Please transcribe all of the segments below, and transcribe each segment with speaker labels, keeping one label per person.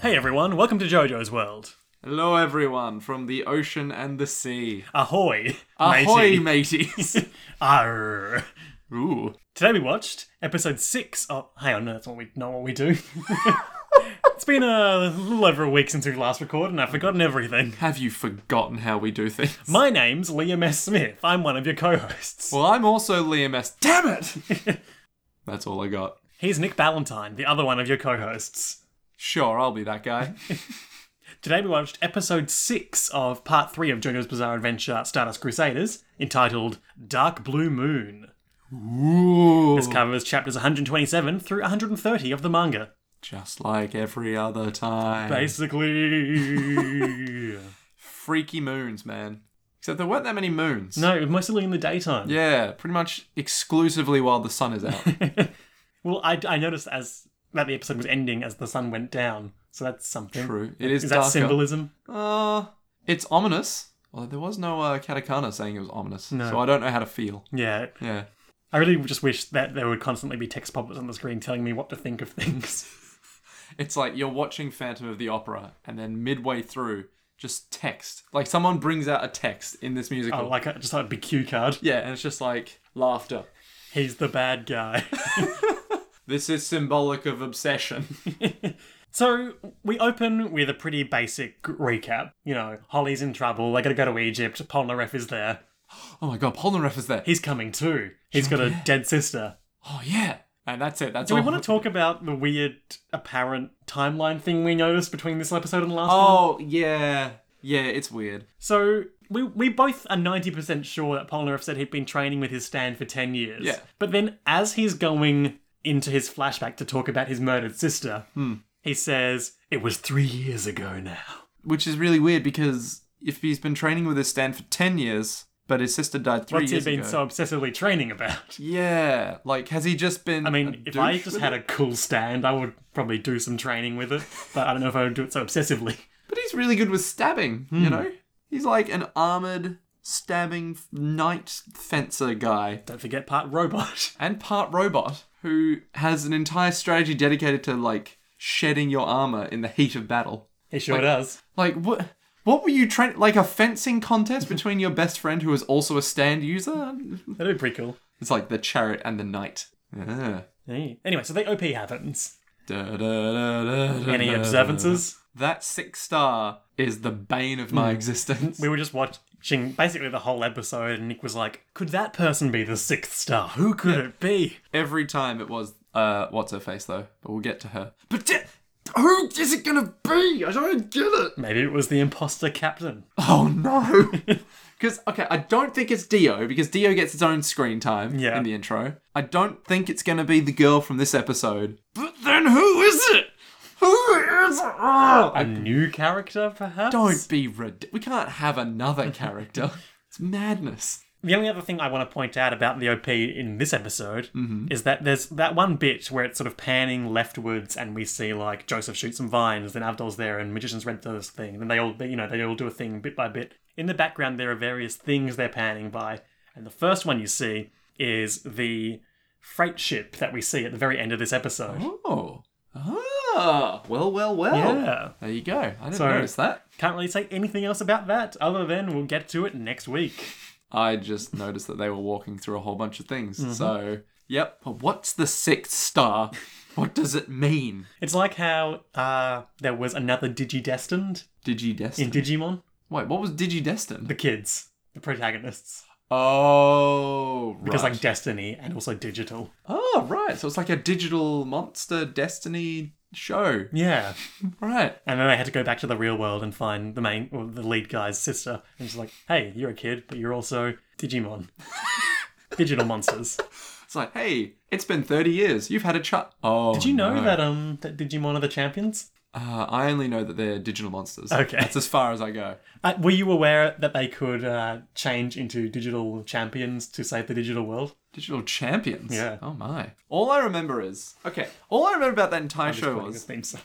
Speaker 1: Hey everyone, welcome to JoJo's World.
Speaker 2: Hello, everyone, from the ocean and the sea.
Speaker 1: Ahoy!
Speaker 2: Ahoy,
Speaker 1: matey.
Speaker 2: mateys!
Speaker 1: Arr.
Speaker 2: Ooh.
Speaker 1: Today we watched episode six. Oh, hang on, no, that's what we not what we do. it's been a little over a week since we last recorded, and I've forgotten everything.
Speaker 2: Have you forgotten how we do things?
Speaker 1: My name's Liam S. Smith. I'm one of your co-hosts.
Speaker 2: Well, I'm also Liam S. Damn it! That's all I got.
Speaker 1: Here's Nick Ballantyne, the other one of your co-hosts.
Speaker 2: Sure, I'll be that guy.
Speaker 1: Today we watched episode six of part three of JoJo's Bizarre Adventure: Stardust Crusaders, entitled "Dark Blue Moon."
Speaker 2: Ooh.
Speaker 1: This covers chapters 127 through 130 of the manga.
Speaker 2: Just like every other time.
Speaker 1: Basically.
Speaker 2: Freaky moons, man. Except there weren't that many moons.
Speaker 1: no, it was mostly in the daytime.
Speaker 2: Yeah, pretty much exclusively while the sun is out.
Speaker 1: Well, I, I noticed as that the episode was ending as the sun went down, so that's something.
Speaker 2: True. It is,
Speaker 1: Is that
Speaker 2: darker.
Speaker 1: symbolism?
Speaker 2: Uh, it's ominous. Although there was no uh, katakana saying it was ominous,
Speaker 1: No.
Speaker 2: so I don't know how to feel.
Speaker 1: Yeah.
Speaker 2: Yeah.
Speaker 1: I really just wish that there would constantly be text pop-ups on the screen telling me what to think of things.
Speaker 2: It's like you're watching Phantom of the Opera, and then midway through, just text. Like someone brings out a text in this musical.
Speaker 1: Oh, like, I just thought it'd be cue card.
Speaker 2: yeah, and it's just like laughter.
Speaker 1: He's the bad guy.
Speaker 2: This is symbolic of obsession.
Speaker 1: So we open with a pretty basic g- recap. You know, Holly's in trouble. They gotta go to Egypt. Polnareff is there.
Speaker 2: oh my god, Polnareff is there.
Speaker 1: He's coming too. He's got a dead sister.
Speaker 2: oh yeah, and that's it. That's
Speaker 1: Do we
Speaker 2: all.
Speaker 1: want to talk about the weird apparent timeline thing we noticed between this episode and the last one?
Speaker 2: oh yeah, yeah. It's weird.
Speaker 1: So we we both are ninety percent sure that Polnareff said he'd been training with his stand for ten years.
Speaker 2: Yeah.
Speaker 1: But then as he's going into his flashback to talk about his murdered sister,
Speaker 2: Hmm.
Speaker 1: he says, It was three years ago now.
Speaker 2: Which is really weird because if he's been training with his stand for ten years, but his sister died three
Speaker 1: What's he
Speaker 2: years
Speaker 1: been
Speaker 2: ago.
Speaker 1: so obsessively training about?
Speaker 2: Yeah, like has he just been?
Speaker 1: I mean, if I just had a cool stand, I would probably do some training with it, but I don't know if I would do it so obsessively.
Speaker 2: but he's really good with stabbing.
Speaker 1: Hmm.
Speaker 2: You know, he's like an armored stabbing f- knight fencer guy,
Speaker 1: Don't forget part robot.
Speaker 2: and part robot who has an entire strategy dedicated to like shedding your armor in the heat of battle.
Speaker 1: He sure does.
Speaker 2: Like what? What were you trying? Like a fencing contest between your best friend who is also a stand user?
Speaker 1: That'd be pretty cool.
Speaker 2: It's like the chariot and the knight. Yeah.
Speaker 1: Hey. Anyway, so the OP happens.
Speaker 2: Da, da, da, da,
Speaker 1: Any
Speaker 2: da, da.
Speaker 1: observances? Hmm.
Speaker 2: That six star is the bane of my existence.
Speaker 1: We were just watching basically the whole episode, and Nick was like, "Could that person be the sixth star? Who could it be?"
Speaker 2: Every time it was, uh, what's her face though? But we'll get to her. But di- who is it gonna be? I don't get it.
Speaker 1: Maybe it was the imposter captain.
Speaker 2: Oh no. Because okay, I don't think it's Dio because Dio gets its own screen time
Speaker 1: Yeah.
Speaker 2: in the intro. I don't think it's gonna be the girl from this episode. But then who is it? Who is it? Oh,
Speaker 1: A new character, perhaps.
Speaker 2: don't be ridiculous. We can't have another character. it's madness.
Speaker 1: The only other thing I want to point out about the OP in this episode is that there's that one bit where it's sort of panning leftwards, and we see like Joseph shoot some vines, then Abdul's there, and magicians rent this thing, then they all, they, you know, they all do a thing bit by bit. In the background, there are various things they're panning by, and the first one you see is the freight ship that we see at the very end of this episode.
Speaker 2: Oh. Ah. Well, well, well.
Speaker 1: Yeah.
Speaker 2: There you go. I didn't
Speaker 1: So-
Speaker 2: notice that.
Speaker 1: Can't really say anything else about that, other than we'll get to it next week.
Speaker 2: I just noticed that they were walking through a whole bunch of things.
Speaker 1: Mm-hmm.
Speaker 2: So, yep. But what's the sixth star? What does it mean?
Speaker 1: It's like how uh, there was another Digidestined
Speaker 2: Digidestin.
Speaker 1: in Digimon.
Speaker 2: Wait, what was Digidestin?
Speaker 1: the kids, the protagonists,
Speaker 2: oh, right.
Speaker 1: because like Destiny and also Digital.
Speaker 2: oh, right. So it's like a digital monster destiny show.
Speaker 1: Yeah,
Speaker 2: Right.
Speaker 1: and then they had to go back to the real world and find the main, or the lead guy's sister, and she's like, "Hey, you're a kid, but you're also Digimon, digital monsters."
Speaker 2: It's like, hey, it's been 30 years. You've had a child. Oh.
Speaker 1: Did you know
Speaker 2: no.
Speaker 1: that um that Digimon are the champions?
Speaker 2: Uh, I only know that they're digital monsters.
Speaker 1: Okay.
Speaker 2: That's as far as I go.
Speaker 1: Uh, were you aware that they could uh, change into digital champions to save the digital world?
Speaker 2: Digital champions.
Speaker 1: Yeah.
Speaker 2: Oh my. All I remember is okay. All I remember about that entire show
Speaker 1: Playing the
Speaker 2: was
Speaker 1: theme song.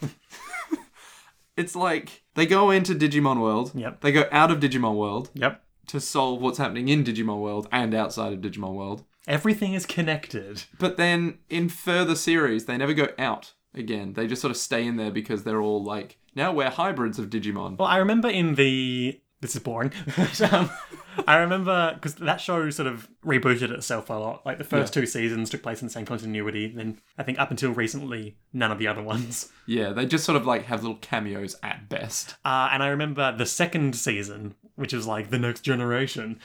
Speaker 2: it's like they go into Digimon World.
Speaker 1: Yep.
Speaker 2: They go out of Digimon World
Speaker 1: yep.
Speaker 2: to solve what's happening in Digimon World and outside of Digimon World.
Speaker 1: Everything is connected.
Speaker 2: But then in further series, they never go out again. They just sort of stay in there because they're all like Now we're hybrids of Digimon.
Speaker 1: Well, I remember in the this is boring. But, um, I remember because that show sort of rebooted itself a lot. Like the first two seasons took place in the same continuity. Then I think up until recently, none of the other ones.
Speaker 2: Yeah, they just sort of like have little cameos at best.
Speaker 1: Uh, and I remember the second season, which was like the next generation.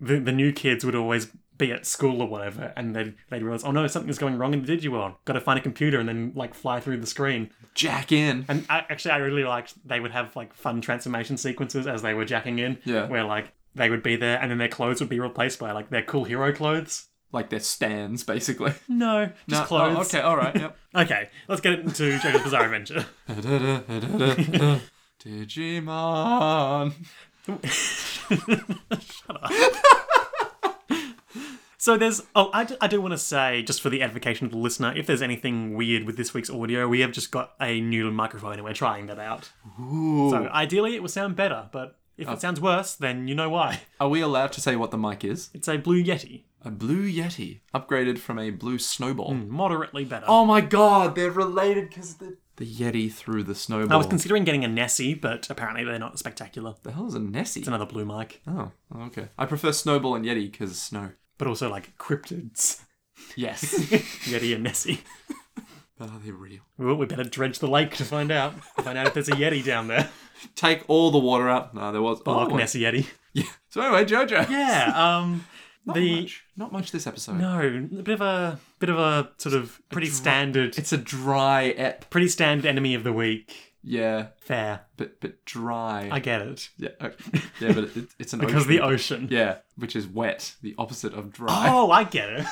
Speaker 1: The the new kids would always be at school or whatever, and they'd they'd realize, oh no, something's going wrong in the Digiworld. Got to find a computer and then like fly through the screen.
Speaker 2: Jack in.
Speaker 1: And I, actually, I really liked they would have like fun transformation sequences as they were jacking in.
Speaker 2: Yeah.
Speaker 1: Where like they would be there, and then their clothes would be replaced by like their cool hero clothes.
Speaker 2: Like they're stands, basically.
Speaker 1: No, just
Speaker 2: No,
Speaker 1: clothes.
Speaker 2: oh, okay, alright, yep.
Speaker 1: Okay, let's get into JoJo's Bizarre Adventure.
Speaker 2: Digimon.
Speaker 1: So there's. Oh, I do, I do want to say, just for the advocation of the listener, if there's anything weird with this week's audio, we have just got a new microphone and we're trying that out.
Speaker 2: Ooh.
Speaker 1: So ideally, it would sound better, but if
Speaker 2: Oh.
Speaker 1: it sounds worse, then you know why.
Speaker 2: Are we allowed to say what the mic is?
Speaker 1: It's a Blue Yeti.
Speaker 2: A blue Yeti, upgraded from a blue snowball.
Speaker 1: Hmm. Moderately better.
Speaker 2: Oh my god, they're related because the the Yeti threw the snowball.
Speaker 1: I was considering getting a Nessie, but apparently they're not spectacular.
Speaker 2: the hell is a Nessie?
Speaker 1: It's another blue mic,
Speaker 2: Oh, okay. I prefer snowball and Yeti because of snow.
Speaker 1: but also like cryptids,
Speaker 2: Yes,
Speaker 1: Yeti and Nessie.
Speaker 2: but are they real?
Speaker 1: Well, we better dredge the lake to find out. Find out if there's a Yeti down there.
Speaker 2: Take all the water out. No, there was.
Speaker 1: Loch
Speaker 2: oh,
Speaker 1: Ness Yeti.
Speaker 2: yeah. So anyway, Jojo.
Speaker 1: Yeah. Um.
Speaker 2: Not
Speaker 1: the
Speaker 2: much. Not much this episode.
Speaker 1: no, a bit of a bit of a sort of pretty standard,
Speaker 2: It's a dry ep.
Speaker 1: pretty standard enemy of the week.
Speaker 2: Yeah,
Speaker 1: Fair.
Speaker 2: but but dry.
Speaker 1: I get it
Speaker 2: Yeah, okay. yeah, but it, it's an
Speaker 1: because
Speaker 2: ocean.
Speaker 1: the ocean.
Speaker 2: yeah, which is wet, the opposite of dry.
Speaker 1: Oh, I get it.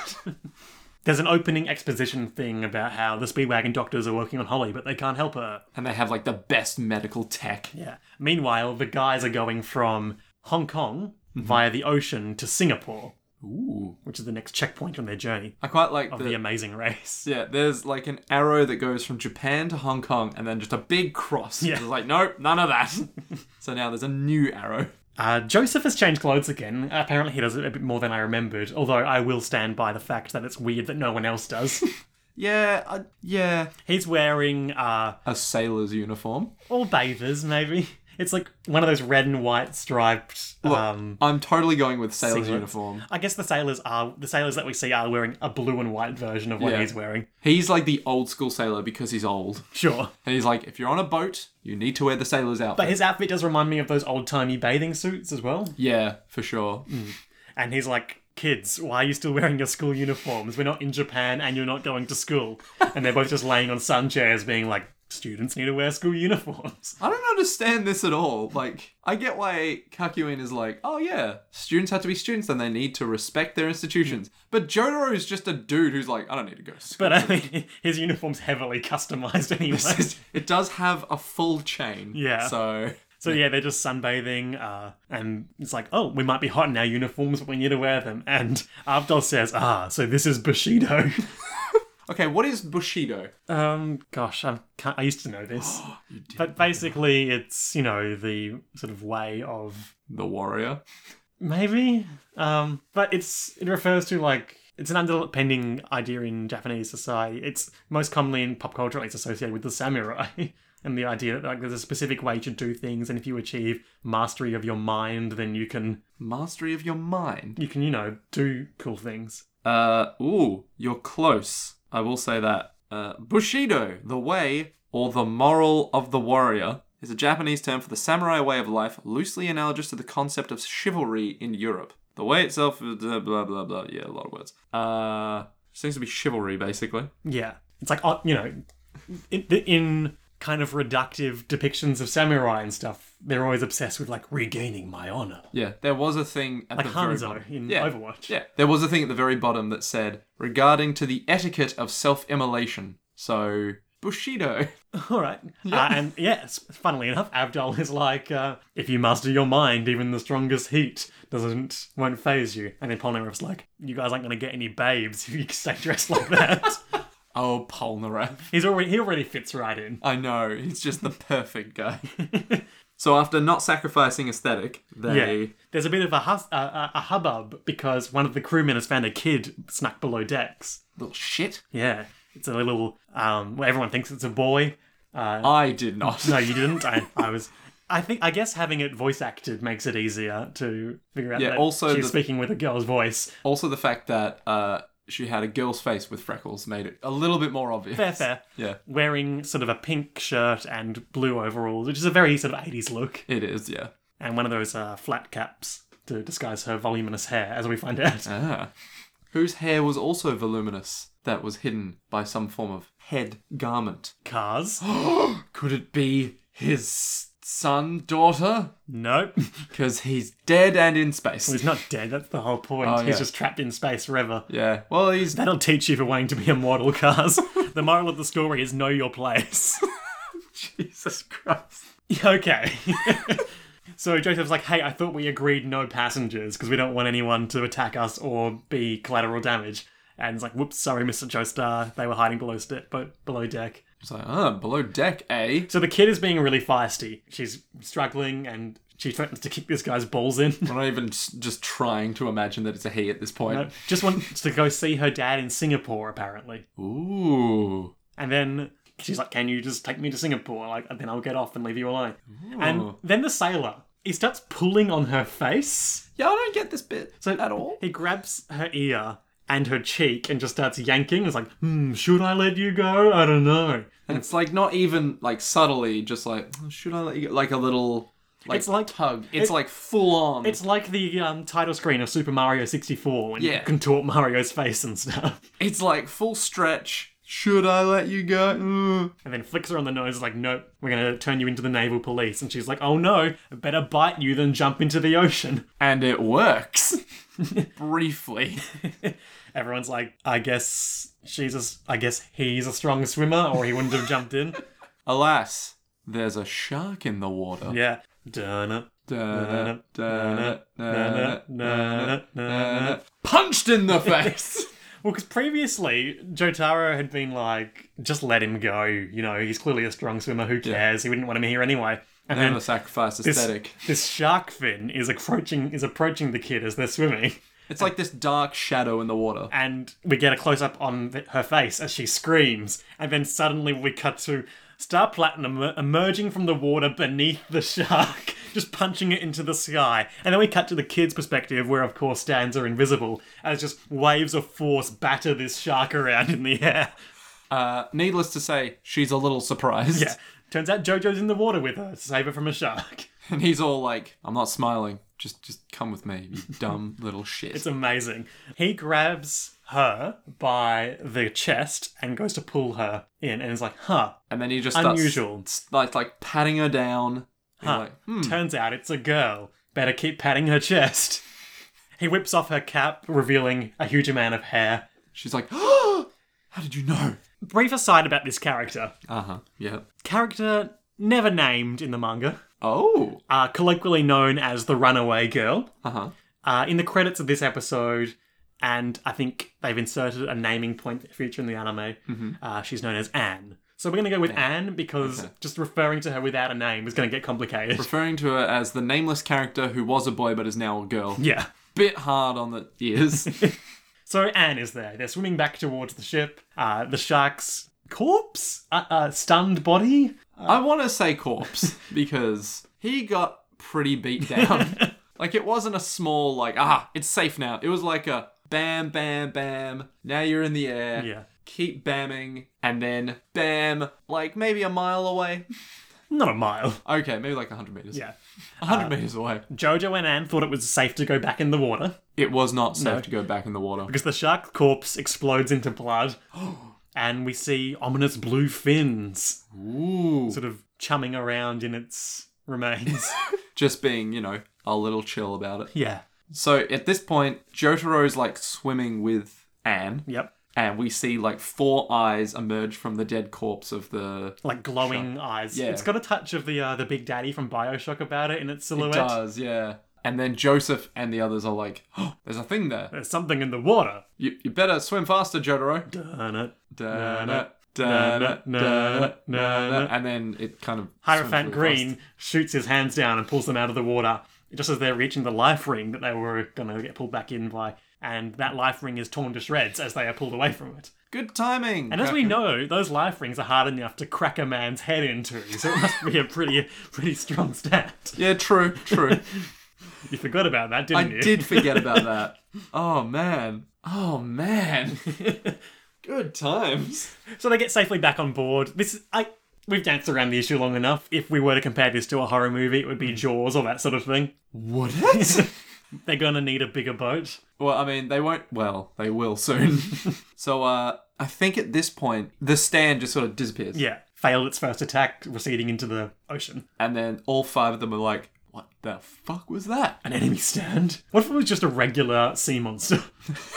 Speaker 1: There's an opening exposition thing about how the Speedwagon doctors are working on Holly, but they can't help her.
Speaker 2: And they have like the best medical tech.
Speaker 1: Yeah. Meanwhile, the guys are going from Hong Kong via the ocean to Singapore,
Speaker 2: Ooh,
Speaker 1: which is the next checkpoint on their journey
Speaker 2: I quite like
Speaker 1: of the amazing race.
Speaker 2: Yeah, there's like an arrow that goes from Japan to Hong Kong and then just a big cross.
Speaker 1: Yeah.
Speaker 2: It's like, nope, none of that. so now there's a new arrow.
Speaker 1: Uh, Joseph has changed clothes again. Apparently, he does it a bit more than I remembered, although I will stand by the fact that it's weird that no one else does.
Speaker 2: Yeah, uh, yeah.
Speaker 1: He's wearing, uh,
Speaker 2: A sailor's uniform.
Speaker 1: all bathers, maybe. It's like one of those red and white striped. Um,
Speaker 2: I'm totally going with sailor's
Speaker 1: singlets.
Speaker 2: uniform.
Speaker 1: I guess the sailors are the sailors that we see are wearing a blue and white version of what
Speaker 2: Yeah.
Speaker 1: he's wearing.
Speaker 2: He's like the old school sailor because he's old.
Speaker 1: Sure,
Speaker 2: And he's like, if you're on a boat, you need to wear the sailor's outfit.
Speaker 1: but his outfit does remind me of those old timey bathing suits as well.
Speaker 2: yeah, for sure.
Speaker 1: And he's like, kids, why are you still wearing your school uniforms? We're not in Japan and you're not going to school. And they're both just laying on sun chairs being like, students need to wear school uniforms.
Speaker 2: I don't understand this at all. Like, I get why Kakuin is like, oh yeah, students have to be students and they need to respect their institutions. But Jotaro is just a dude who's like, I don't need to go to school.
Speaker 1: Hmm. But uh, I mean, his uniform's heavily customized anyway.
Speaker 2: it does have a full chain.
Speaker 1: Yeah.
Speaker 2: So
Speaker 1: So yeah, they're just sunbathing, uh, and it's like, oh, we might be hot in our uniforms, but we need to wear them. And Avdol says, ah, so this is Bushido.
Speaker 2: okay, what is Bushido?
Speaker 1: um, gosh, I can't, I used to know this, but basically, it's you know the sort of way of
Speaker 2: The warrior.
Speaker 1: Maybe. Um, but it's it refers to like it's an underpending idea in Japanese society. It's most commonly in pop culture, it's associated with the samurai and the idea that like there's a specific way to do things, and if you achieve mastery of your mind, then you can
Speaker 2: Mastery of your mind.
Speaker 1: you can you know do cool things.
Speaker 2: Uh, ooh, you're close. I will say that. Uh, Bushido, the way or the moral of the warrior, is a Japanese term for the samurai way of life, loosely analogous to the concept of chivalry in Europe. The way itself, is blah blah blah blah. Yeah, a lot of words. Uh, seems to be chivalry basically.
Speaker 1: Yeah, it's like oh, you know, in, in kind of reductive depictions of samurai and stuff, they're always obsessed with like regaining my honor,
Speaker 2: Yeah, there was a thing at
Speaker 1: like
Speaker 2: the very
Speaker 1: Hanzo
Speaker 2: bottom.
Speaker 1: in
Speaker 2: Yeah.
Speaker 1: Overwatch.
Speaker 2: Yeah, there was a thing at the very bottom that said regarding to the etiquette of self-immolation. So Bushido.
Speaker 1: All right. Uh, and yes, funnily enough, Abdul is like, uh, if you master your mind, even the strongest heat doesn't won't phase you. And then Polnareff's like, you guys aren't going to get any babes if you stay dressed like that.
Speaker 2: Oh, Polnareff.
Speaker 1: He's already he already fits right in.
Speaker 2: I know, he's just the perfect guy. so after not sacrificing aesthetic, they
Speaker 1: Yeah. There's a bit of a, hus- uh, uh, a hubbub because one of the crewmen has found a kid snuck below decks.
Speaker 2: little shit.
Speaker 1: Yeah, it's a little. Um, well, everyone thinks it's a boy, Uh,
Speaker 2: I did not.
Speaker 1: no, you didn't. I, I was. I think. I guess having it voice acted makes it easier to figure out.
Speaker 2: Yeah,
Speaker 1: That
Speaker 2: also
Speaker 1: she's
Speaker 2: the-
Speaker 1: speaking with a girl's voice.
Speaker 2: Also, the fact that uh, she had a girl's face with freckles made it a little bit more obvious.
Speaker 1: Fair, fair.
Speaker 2: Yeah,
Speaker 1: Wearing sort of a pink shirt and blue overalls, which is a very sort of 80s look,
Speaker 2: it is. Yeah.
Speaker 1: and one of those uh, flat caps to disguise her voluminous hair, as we find out.
Speaker 2: Ah. Whose hair was also voluminous that was hidden by some form of head garment.
Speaker 1: Cars?
Speaker 2: Could it be his son, daughter?
Speaker 1: nope.
Speaker 2: Because he's dead and in space.
Speaker 1: He's not dead. That's the whole point.
Speaker 2: Oh,
Speaker 1: He's
Speaker 2: yeah.
Speaker 1: just trapped in space forever.
Speaker 2: Yeah. Well, he's
Speaker 1: That'll teach you for wanting to be immortal, Cars. the moral of the story is know your place.
Speaker 2: Jesus Christ.
Speaker 1: okay. so Joseph's like, hey, I thought we agreed no passengers because we don't want anyone to attack us or be collateral damage. And it's like, whoops, sorry, Mr. Joestar. They were hiding below step, but below deck.
Speaker 2: It's like, ah, below deck, eh?
Speaker 1: So the kid is being really feisty. She's struggling and she threatens to kick this guy's balls in.
Speaker 2: We're not even s- just trying to imagine that it's a he at this point.
Speaker 1: Uh, Just wants to go see her dad in Singapore, apparently.
Speaker 2: Ooh.
Speaker 1: And then she's like, "Can you just take me to Singapore? Like, and then I'll get off and leave you alone." And then the sailor he starts pulling on her face.
Speaker 2: Yeah, I don't get this bit at all.
Speaker 1: He grabs her ear and her cheek and just starts yanking. It's like, "Hmm, should I let you go? I don't know."
Speaker 2: And it's like not even like subtly, just like "Oh, should I let you go? Like a little, like
Speaker 1: It's like-
Speaker 2: tug. It's like full on.
Speaker 1: It's like the um, title screen of Super Mario 64 when you
Speaker 2: Yeah.
Speaker 1: contort Mario's face and stuff.
Speaker 2: It's like full stretch. Should I let you go? Uh.
Speaker 1: And then flicks her on the nose, like, nope, we're gonna turn you into the naval police. And she's like, oh no, I better bite you than jump into the ocean.
Speaker 2: And it works. Briefly.
Speaker 1: Everyone's like, I guess she's a, s- I guess he's a strong swimmer, or he wouldn't have jumped in.
Speaker 2: Alas, there's a shark in the water.
Speaker 1: Yeah. Dunna.
Speaker 2: Da-na, da-na,
Speaker 1: dunna,
Speaker 2: da-na,
Speaker 1: dunna,
Speaker 2: da-na,
Speaker 1: dunna,
Speaker 2: da-na.
Speaker 1: dunna.
Speaker 2: Punched in the face.
Speaker 1: Well, because previously Jotaro had been like, just let him go. You know, he's clearly a strong swimmer. Who cares? He wouldn't want him here anyway. And
Speaker 2: And
Speaker 1: then
Speaker 2: a sacrifice aesthetic.
Speaker 1: this shark fin is approaching is approaching the kid as they're swimming.
Speaker 2: It's like this dark shadow in the water.
Speaker 1: and we get a close up on th- her face as she screams, and then suddenly we cut to Star Platinum emer- emerging from the water beneath the shark, just punching it into the sky. And then we cut to the kid's perspective, where of course stands are invisible, as just waves of force batter this shark around in the air.
Speaker 2: Uh, needless to say, she's a little surprised.
Speaker 1: Yeah, turns out JoJo's in the water with her, to save her from a shark.
Speaker 2: And he's all like, I'm not smiling. Just just come with me, you dumb little shit.
Speaker 1: It's amazing. He grabs her by the chest and goes to pull her in, and is like, huh,
Speaker 2: and then he just starts
Speaker 1: unusual.
Speaker 2: like like patting her down. He's
Speaker 1: Huh.
Speaker 2: like, hmm.
Speaker 1: Turns out it's a girl. Better keep patting her chest. He whips off her cap, revealing a huge amount of hair.
Speaker 2: She's like, oh, how did you know?
Speaker 1: Brief aside about this character.
Speaker 2: Uh huh. Yeah.
Speaker 1: Character never named in the manga,
Speaker 2: Oh.
Speaker 1: uh, colloquially known as the Runaway Girl.
Speaker 2: Uh huh.
Speaker 1: Uh, in the credits of this episode, and I think they've inserted a naming point that feature in the anime, uh, she's known as Anne. So we're going to go with Anne because just referring to her without a name is going to get complicated.
Speaker 2: Referring to her as the nameless character who was a boy but is now a girl.
Speaker 1: yeah.
Speaker 2: Bit hard on the ears.
Speaker 1: So Anne is there. They're swimming back towards the ship. Uh, the shark's corpse, uh, uh, stunned body.
Speaker 2: I want to say corpse because he got pretty beat down. like it wasn't a small like ah, it's safe now. It was like a bam, bam, bam. Now you're in the air.
Speaker 1: Yeah.
Speaker 2: Keep bamming and then bam, like maybe a mile away.
Speaker 1: Not a mile.
Speaker 2: Okay, maybe like 100 meters.
Speaker 1: Yeah. Uh,
Speaker 2: 100 meters away.
Speaker 1: Jojo and Anne thought it was safe to go back in the water
Speaker 2: It was not safe to go back in the water.
Speaker 1: because the shark's corpse explodes into blood, and we see ominous blue fins
Speaker 2: Ooh.
Speaker 1: sort of chumming around in its remains.
Speaker 2: Just being, you know, a little chill about it.
Speaker 1: yeah.
Speaker 2: So at this point, Jotaro's like swimming with Anne.
Speaker 1: Yep.
Speaker 2: and we see like four eyes emerge from the dead corpse of the
Speaker 1: Like glowing eyes.
Speaker 2: Yeah.
Speaker 1: It's got a touch of the uh, the Big Daddy from Bioshock about it in its silhouette.
Speaker 2: does yeah and then joseph and the others are like oh, there's a thing there
Speaker 1: There's something in the water.
Speaker 2: you, you better swim faster jotaro
Speaker 1: Dun-dun.
Speaker 2: Da-na, da-na,
Speaker 1: na,
Speaker 2: da-na,
Speaker 1: na,
Speaker 2: da-na.
Speaker 1: na.
Speaker 2: and then it kind of swims
Speaker 1: Hierophant
Speaker 2: really
Speaker 1: Green shoots his hands down and pulls them out of the water. just as they're reaching the life ring that they were going to get pulled back in by, and that life ring is torn to shreds as they are pulled away from it.
Speaker 2: Good timing.
Speaker 1: And as we know, those life rings are hard enough to crack a man's head into, so it must be a pretty, pretty strong stat.
Speaker 2: yeah, true, true.
Speaker 1: You forgot about that,
Speaker 2: I
Speaker 1: didn't you?
Speaker 2: did forget about that. Oh man. Oh man. Good times.
Speaker 1: So they get safely back on board. This is, I we've danced around the issue long enough. If we were to compare this to a horror movie, it would be Jaws or that sort of thing.
Speaker 2: Would it?
Speaker 1: They're gonna need a bigger boat.
Speaker 2: well, I mean, they won't. Well, they will soon. so, uh, I think at this point, the stand just sort of disappears.
Speaker 1: Yeah. Failed its first attack, receding into the ocean.
Speaker 2: And then all five of them are like, what the fuck was that?
Speaker 1: An enemy stand? What if it was just a regular sea monster?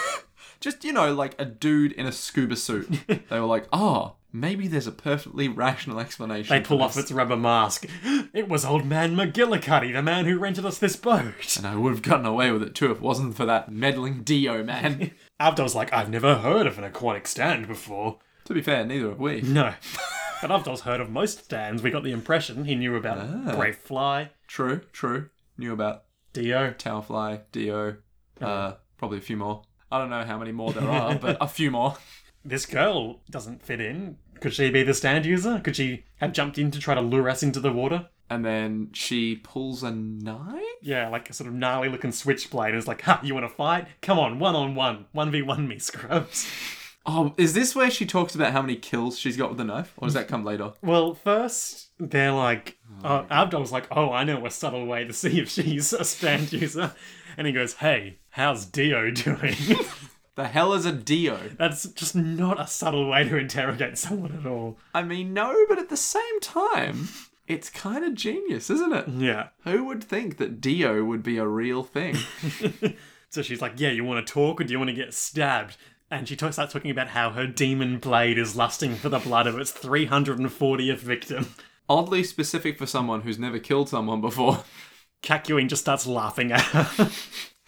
Speaker 2: Just, you know, like a dude in a scuba suit. they were like, oh, maybe there's a perfectly rational explanation.
Speaker 1: They
Speaker 2: for
Speaker 1: pull off
Speaker 2: this."
Speaker 1: its rubber mask. It was old man McGillicuddy, the man who rented us this boat.
Speaker 2: And I would have gotten away with it too if it wasn't for that meddling Dio man.
Speaker 1: Avdol's like, I've never heard of an aquatic stand before.
Speaker 2: to be fair, neither have we.
Speaker 1: No. But Avdol's heard of most stands. We got the impression he knew about Brave Fly,
Speaker 2: True, true. Knew about
Speaker 1: Dio,
Speaker 2: Towerfly, Dio,
Speaker 1: Oh.
Speaker 2: uh, probably a few more. I don't know how many more there are, but a few more.
Speaker 1: this girl doesn't fit in. Could she be the stand user? Could she have jumped in to try to lure us into the water?
Speaker 2: And then she pulls a knife?
Speaker 1: Yeah, like a sort of gnarly looking switchblade. It's like, ha, you want to fight? Come on, one on one. 1v1 me, scrubs.
Speaker 2: Oh, is this where she talks about how many kills she's got with the knife? Or does that come later?
Speaker 1: Well, first, they're like, uh, Abdul's like, oh, I know a subtle way to see if she's a stand user. And he goes, hey, how's Dio doing?
Speaker 2: The hell is a Dio?
Speaker 1: That's just not a subtle way to interrogate someone at all.
Speaker 2: I mean, no, but at the same time, it's kind of genius, isn't it?
Speaker 1: Yeah.
Speaker 2: Who would think that Dio would be a real thing?
Speaker 1: So she's like, Yeah, you want to talk or do you want to get stabbed? And she talks, starts talking about how her demon blade is lusting for the blood of its 340th victim.
Speaker 2: Oddly specific for someone who's never killed someone before.
Speaker 1: Kakuin just starts laughing at her.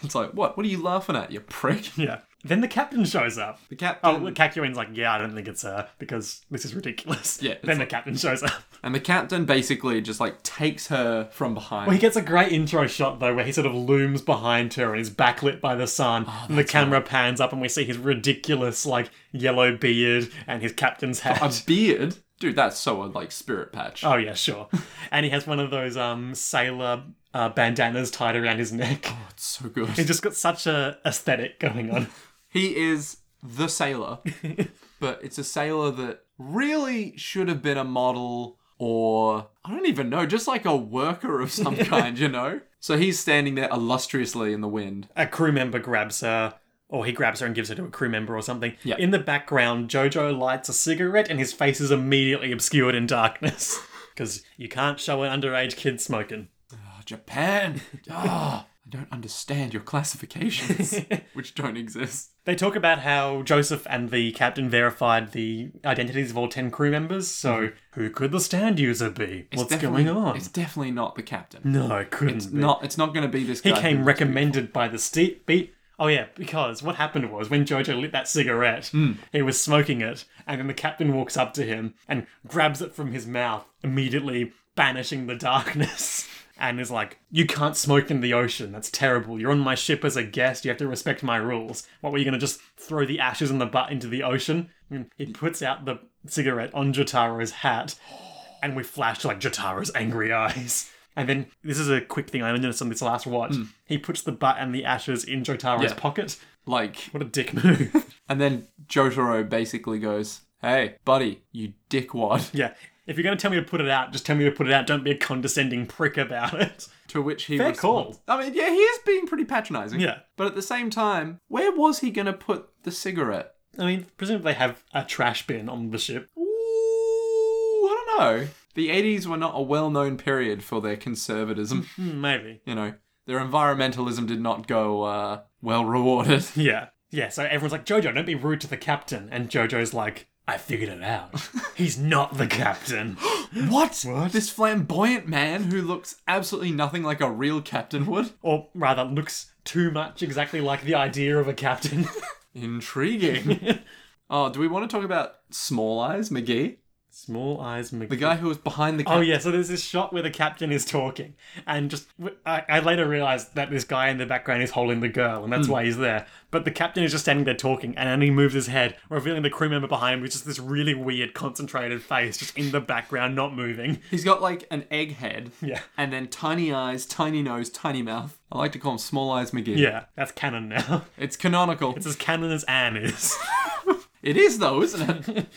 Speaker 2: It's like, what? What are you laughing at, you prick?
Speaker 1: yeah. Then the captain shows up.
Speaker 2: The captain.
Speaker 1: Oh, Kakuin's like, Yeah, I don't think it's her because this is ridiculous.
Speaker 2: Yeah, it's
Speaker 1: Then the captain shows up.
Speaker 2: And the captain basically just like takes her from behind.
Speaker 1: Well, he gets a great intro shot though, where he sort of looms behind her and is backlit by the sun.
Speaker 2: Oh,
Speaker 1: and the camera pans up and we see his ridiculous, like, yellow beard and his captain's hat.
Speaker 2: a beard, dude. That's so a like spirit patch.
Speaker 1: Oh yeah, sure. and he has one of those um sailor uh, bandanas tied around his neck.
Speaker 2: That's so
Speaker 1: He's
Speaker 2: good.
Speaker 1: just got such a aesthetic going on.
Speaker 2: He is the sailor, but it's a sailor that really should have been a model or I don't even know, just like a worker of some kind, you know. So he's standing there illustriously in the wind.
Speaker 1: a crew member grabs her, or he grabs her and gives her to a crew member or something.
Speaker 2: Yeah.
Speaker 1: In the background, Jojo lights a cigarette, and his face is immediately obscured in darkness because you can't show an underage kid smoking.
Speaker 2: Oh, Japan. Ah, I don't understand your classifications, which don't exist.
Speaker 1: They talk about how Joseph and the captain verified the identities of all ten crew members. So, who could the stand user be? What's
Speaker 2: Definitely-
Speaker 1: going on?
Speaker 2: Mm-hmm. It's definitely not the captain.
Speaker 1: No, it couldn't be.
Speaker 2: Not. It's not going to be this guy.
Speaker 1: He came
Speaker 2: who-
Speaker 1: recommended by the steep beat. Oh yeah, because what happened was when Jojo lit that cigarette,
Speaker 2: Hmm.
Speaker 1: he was smoking it, and then the captain walks up to him and grabs it from his mouth, immediately banishing the darkness. And is like, you can't smoke in the ocean. That's terrible. You're on my ship as a guest. You have to respect my rules. What were you gonna just throw the ashes and the butt into the ocean? And he puts out the cigarette on Jotaro's hat, and we flash to like Jotaro's angry eyes. And then this is a quick thing I only noticed on this last watch. He puts the butt and the ashes in Jotaro's
Speaker 2: Yeah.
Speaker 1: pocket.
Speaker 2: like
Speaker 1: What a dick move.
Speaker 2: And then Jotaro basically goes, Hey, buddy, you dickwad.
Speaker 1: yeah. If you're going to tell me to put it out, just tell me to put it out. Don't be a condescending prick about it.
Speaker 2: To which he
Speaker 1: Fair
Speaker 2: responds-
Speaker 1: call.
Speaker 2: I mean, yeah, he is being pretty patronizing.
Speaker 1: Yeah.
Speaker 2: But at the same time, where was he going to put the cigarette?
Speaker 1: I mean, presumably they have a trash bin on the ship.
Speaker 2: Ooh, I don't know. The 80s were not a well known period for their conservatism.
Speaker 1: Hmm, Maybe.
Speaker 2: you know, their environmentalism did not go uh, well rewarded.
Speaker 1: Yeah. Yeah, so everyone's like, Jojo, don't be rude to the captain. And Jojo's like, I figured it out. He's not the captain.
Speaker 2: what?
Speaker 1: What?
Speaker 2: This flamboyant man who looks absolutely nothing like a real captain would?
Speaker 1: or rather, looks too much exactly like the idea of a captain.
Speaker 2: Intriguing. oh, do we want to talk about Small Eyes McGee?
Speaker 1: Small eyes McGee.
Speaker 2: The guy who was behind the
Speaker 1: Oh
Speaker 2: camera.
Speaker 1: yeah, so there's this shot where the captain is talking, and just I, I later realized that this guy in the background is holding the girl, and that's
Speaker 2: Hmm.
Speaker 1: why he's there. But the captain is just standing there talking, and then he moves his head, revealing the crew member behind him, which is this really weird, concentrated face just in the background, not moving.
Speaker 2: He's got like an egg head.
Speaker 1: Yeah.
Speaker 2: And then tiny eyes, tiny nose, tiny mouth. I like to call him Small Eyes McGee.
Speaker 1: Yeah, that's canon now.
Speaker 2: It's canonical.
Speaker 1: It's as canon as Anne is.
Speaker 2: It is though, isn't it?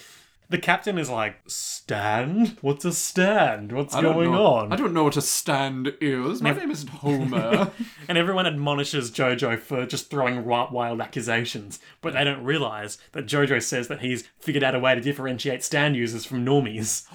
Speaker 1: The captain is like, "Stand? What's a stand? What's
Speaker 2: I don't
Speaker 1: going
Speaker 2: know-
Speaker 1: on?"
Speaker 2: I don't know what a stand is. My name isn't Homer.
Speaker 1: And everyone admonishes Jojo for just throwing ri- wild accusations, but they don't realise that Jojo says that he's figured out a way to differentiate stand users from normies.